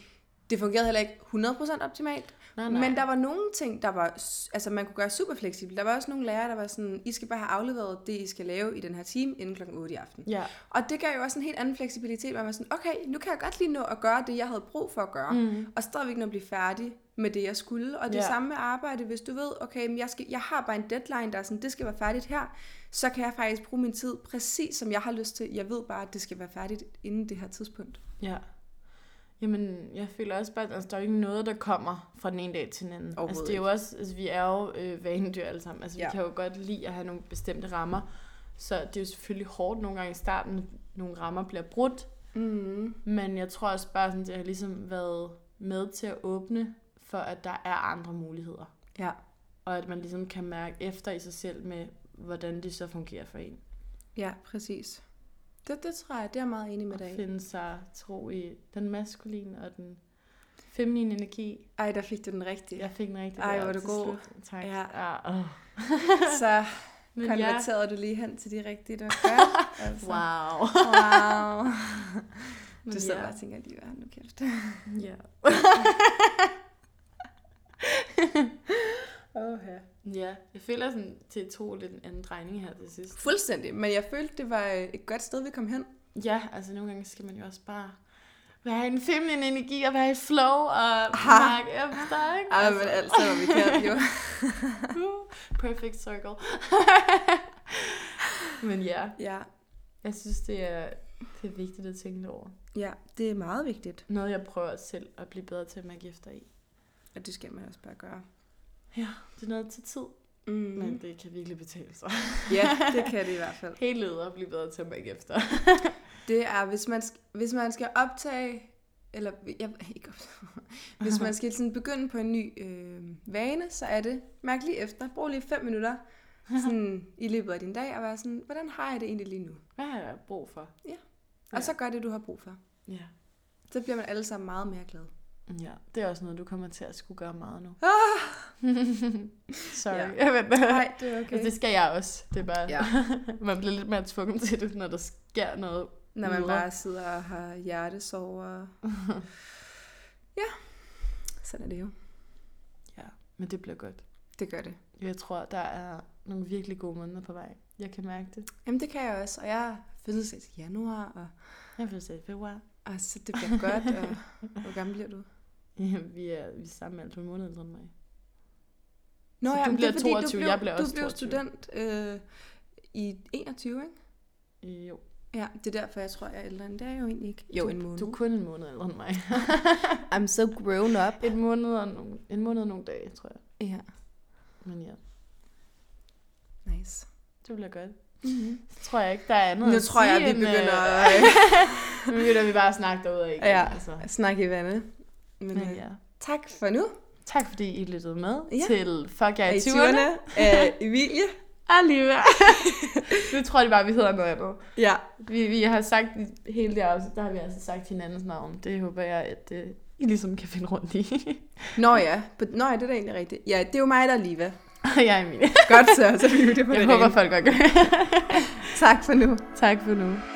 [SPEAKER 1] det fungerede heller ikke 100% optimalt,
[SPEAKER 2] Nej, nej.
[SPEAKER 1] Men der var nogle ting, der var, s- altså man kunne gøre super fleksibel. Der var også nogle lærere, der var sådan, I skal bare have afleveret det, I skal lave i den her time, inden klokken 8 i aften.
[SPEAKER 2] Ja.
[SPEAKER 1] Og det gav jo også en helt anden fleksibilitet, hvor man var sådan, okay, nu kan jeg godt lige nå at gøre det, jeg havde brug for at gøre. Mm.
[SPEAKER 2] Mm.
[SPEAKER 1] Og stadigvæk nå at blive færdig med det, jeg skulle. Og det
[SPEAKER 2] Ja.
[SPEAKER 1] samme med arbejde, hvis du ved, okay, men jeg, skal, jeg har bare en deadline, der er sådan, det skal være færdigt her, så kan jeg faktisk bruge min tid præcis, som jeg har lyst til. Jeg ved bare, at det skal være færdigt inden det her tidspunkt.
[SPEAKER 2] ja. Jamen, jeg føler også bare, at altså, der er jo ikke noget, der kommer fra den ene dag til den anden. Altså,
[SPEAKER 1] Overhovedet
[SPEAKER 2] det er jo også, altså, vi er jo øh, vanedyr alle sammen. Altså, vi
[SPEAKER 1] Ja.
[SPEAKER 2] kan jo godt lide at have nogle bestemte rammer. Så det er jo selvfølgelig hårdt nogle gange i starten, når nogle rammer bliver brudt.
[SPEAKER 1] Mm.
[SPEAKER 2] Men jeg tror også bare, sådan, at jeg har ligesom været med til at åbne for, at der er andre muligheder.
[SPEAKER 1] Ja.
[SPEAKER 2] Og at man ligesom kan mærke efter i sig selv med, hvordan det så fungerer for en.
[SPEAKER 1] Ja, præcis. Det, det tror jeg, det er jeg meget enig med dig i.
[SPEAKER 2] At finde sig tro i den maskuline og den feminine energi.
[SPEAKER 1] Ej, der fik du den rigtige. Ja.
[SPEAKER 2] Jeg fik den rigtig
[SPEAKER 1] Ej,
[SPEAKER 2] der
[SPEAKER 1] hvor er du
[SPEAKER 2] til
[SPEAKER 1] god.
[SPEAKER 2] slut. Tak.
[SPEAKER 1] Ja.
[SPEAKER 2] ja åh.
[SPEAKER 1] Så
[SPEAKER 2] Men ja,
[SPEAKER 1] konverterede du lige hen til de rigtige, der godt. Altså.
[SPEAKER 2] wow.
[SPEAKER 1] wow.
[SPEAKER 2] Men
[SPEAKER 1] Du sidder
[SPEAKER 2] ja.
[SPEAKER 1] bare og tænker lige, hvad nu kæft.
[SPEAKER 2] Ja.
[SPEAKER 1] Okay.
[SPEAKER 2] ja, jeg føler sådan til at tro lidt en anden drejning her til sidst.
[SPEAKER 1] Fuldstændig, men jeg følte, det var øh, et godt sted, vi kom hen.
[SPEAKER 2] Ja, altså nogle gange skal man jo også bare være i en feminin energi og være i flow og
[SPEAKER 1] Ha!
[SPEAKER 2] mærke efter, ikke?
[SPEAKER 1] Ah. Ej,
[SPEAKER 2] Altså.
[SPEAKER 1] men alt sammen, vi kan jo.
[SPEAKER 2] Perfect circle. men ja,
[SPEAKER 1] Ja,
[SPEAKER 2] jeg synes, det er, det er vigtigt at tænke lidt over.
[SPEAKER 1] ja, det er meget vigtigt.
[SPEAKER 2] Noget, jeg prøver selv at blive bedre til at mærke efter i.
[SPEAKER 1] Og det skal man også bare gøre.
[SPEAKER 2] Det er noget til tid,
[SPEAKER 1] Mm.
[SPEAKER 2] men det kan virkelig betale sig.
[SPEAKER 1] Ja, det kan det i hvert fald.
[SPEAKER 2] Helt leder at blive bedre til at mærke efter.
[SPEAKER 1] Det er, hvis man, sk- hvis man skal optage, eller jeg, ikke optage, hvis man skal sådan begynde på en ny øh, vane, så er det, mærk lige efter, brug lige fem minutter sådan, i løbet af din dag, og være sådan, hvordan har jeg det egentlig lige nu?
[SPEAKER 2] Hvad har jeg brug for?
[SPEAKER 1] Og
[SPEAKER 2] Ja.
[SPEAKER 1] så gør det, du har brug for.
[SPEAKER 2] Ja.
[SPEAKER 1] Så bliver man alle sammen meget mere glad.
[SPEAKER 2] Ja, det er også noget, du kommer til at skulle gøre meget nu.
[SPEAKER 1] Ah!
[SPEAKER 2] Sorry.
[SPEAKER 1] Nej, det er
[SPEAKER 2] Okay. Altså,
[SPEAKER 1] okay.
[SPEAKER 2] det skal jeg også. Det er bare,
[SPEAKER 1] Ja.
[SPEAKER 2] ja. man bliver lidt mere tvunget til det, når der sker noget.
[SPEAKER 1] Når man
[SPEAKER 2] Mødre.
[SPEAKER 1] bare sidder og har hjertesover. Ja, sådan er det jo.
[SPEAKER 2] Ja, men det bliver godt.
[SPEAKER 1] Det gør det.
[SPEAKER 2] Jeg tror, der er nogle virkelig gode måneder på vej. Jeg kan mærke det.
[SPEAKER 1] Jamen, det kan jeg også, og jeg er fødselsdag i januar, og,
[SPEAKER 2] Jeg vil sige februar.
[SPEAKER 1] og så det bliver godt, og hvor gammel bliver du?
[SPEAKER 2] Ja, vi er, vi er sammen alt på måneder, tror jeg.
[SPEAKER 1] Nå,
[SPEAKER 2] Så
[SPEAKER 1] ja,
[SPEAKER 2] du
[SPEAKER 1] men det er
[SPEAKER 2] bliver
[SPEAKER 1] fordi,
[SPEAKER 2] 22, jeg bliver også
[SPEAKER 1] Du blev
[SPEAKER 2] 22.
[SPEAKER 1] student øh, i 21, ikke?
[SPEAKER 2] Jo.
[SPEAKER 1] Ja, det er derfor, jeg tror, jeg er ældre end det er jeg jo egentlig ikke. Jo,
[SPEAKER 2] du,
[SPEAKER 1] en måned.
[SPEAKER 2] Du er kun en måned ældre end mig.
[SPEAKER 1] I'm so grown up.
[SPEAKER 2] en, måned og nogle, en måned og nogle dage, tror jeg.
[SPEAKER 1] Ja,
[SPEAKER 2] Men ja,
[SPEAKER 1] nice.
[SPEAKER 2] det bliver godt.
[SPEAKER 1] Mm-hmm.
[SPEAKER 2] Så tror jeg ikke, der er andet
[SPEAKER 1] Nu
[SPEAKER 2] at
[SPEAKER 1] tror jeg,
[SPEAKER 2] sige
[SPEAKER 1] vi
[SPEAKER 2] end, øh,
[SPEAKER 1] begynder
[SPEAKER 2] Nu begynder vi bare at snakke derudad igen.
[SPEAKER 1] Ja.
[SPEAKER 2] Altså.
[SPEAKER 1] at snakke i vandet. Men,
[SPEAKER 2] Men
[SPEAKER 1] øh,
[SPEAKER 2] ja.
[SPEAKER 1] tak for nu.
[SPEAKER 2] Tak fordi I lyttede med
[SPEAKER 1] Ja.
[SPEAKER 2] ja. til Fuck Jeg
[SPEAKER 1] Er
[SPEAKER 2] i
[SPEAKER 1] I
[SPEAKER 2] 20'erne.
[SPEAKER 1] 20'erne? af Emilie.
[SPEAKER 2] Alligevel. nu tror de bare, vi hedder noget andet.
[SPEAKER 1] Ja,
[SPEAKER 2] Vi, vi har sagt i hele det afsnit, der har vi altså sagt hinandens navn. Det håber jeg, at øh, I ligesom kan finde rundt i.
[SPEAKER 1] Nå ja, but, nå ja, det er da egentlig rigtigt. Ja, det er jo mig, der er Liva.
[SPEAKER 2] Og jeg er Emilie.
[SPEAKER 1] Godt så, så er vi jo det på
[SPEAKER 2] Jeg
[SPEAKER 1] det
[SPEAKER 2] håber,
[SPEAKER 1] rene.
[SPEAKER 2] folk godt gør det.
[SPEAKER 1] Tak for nu.
[SPEAKER 2] Tak for nu.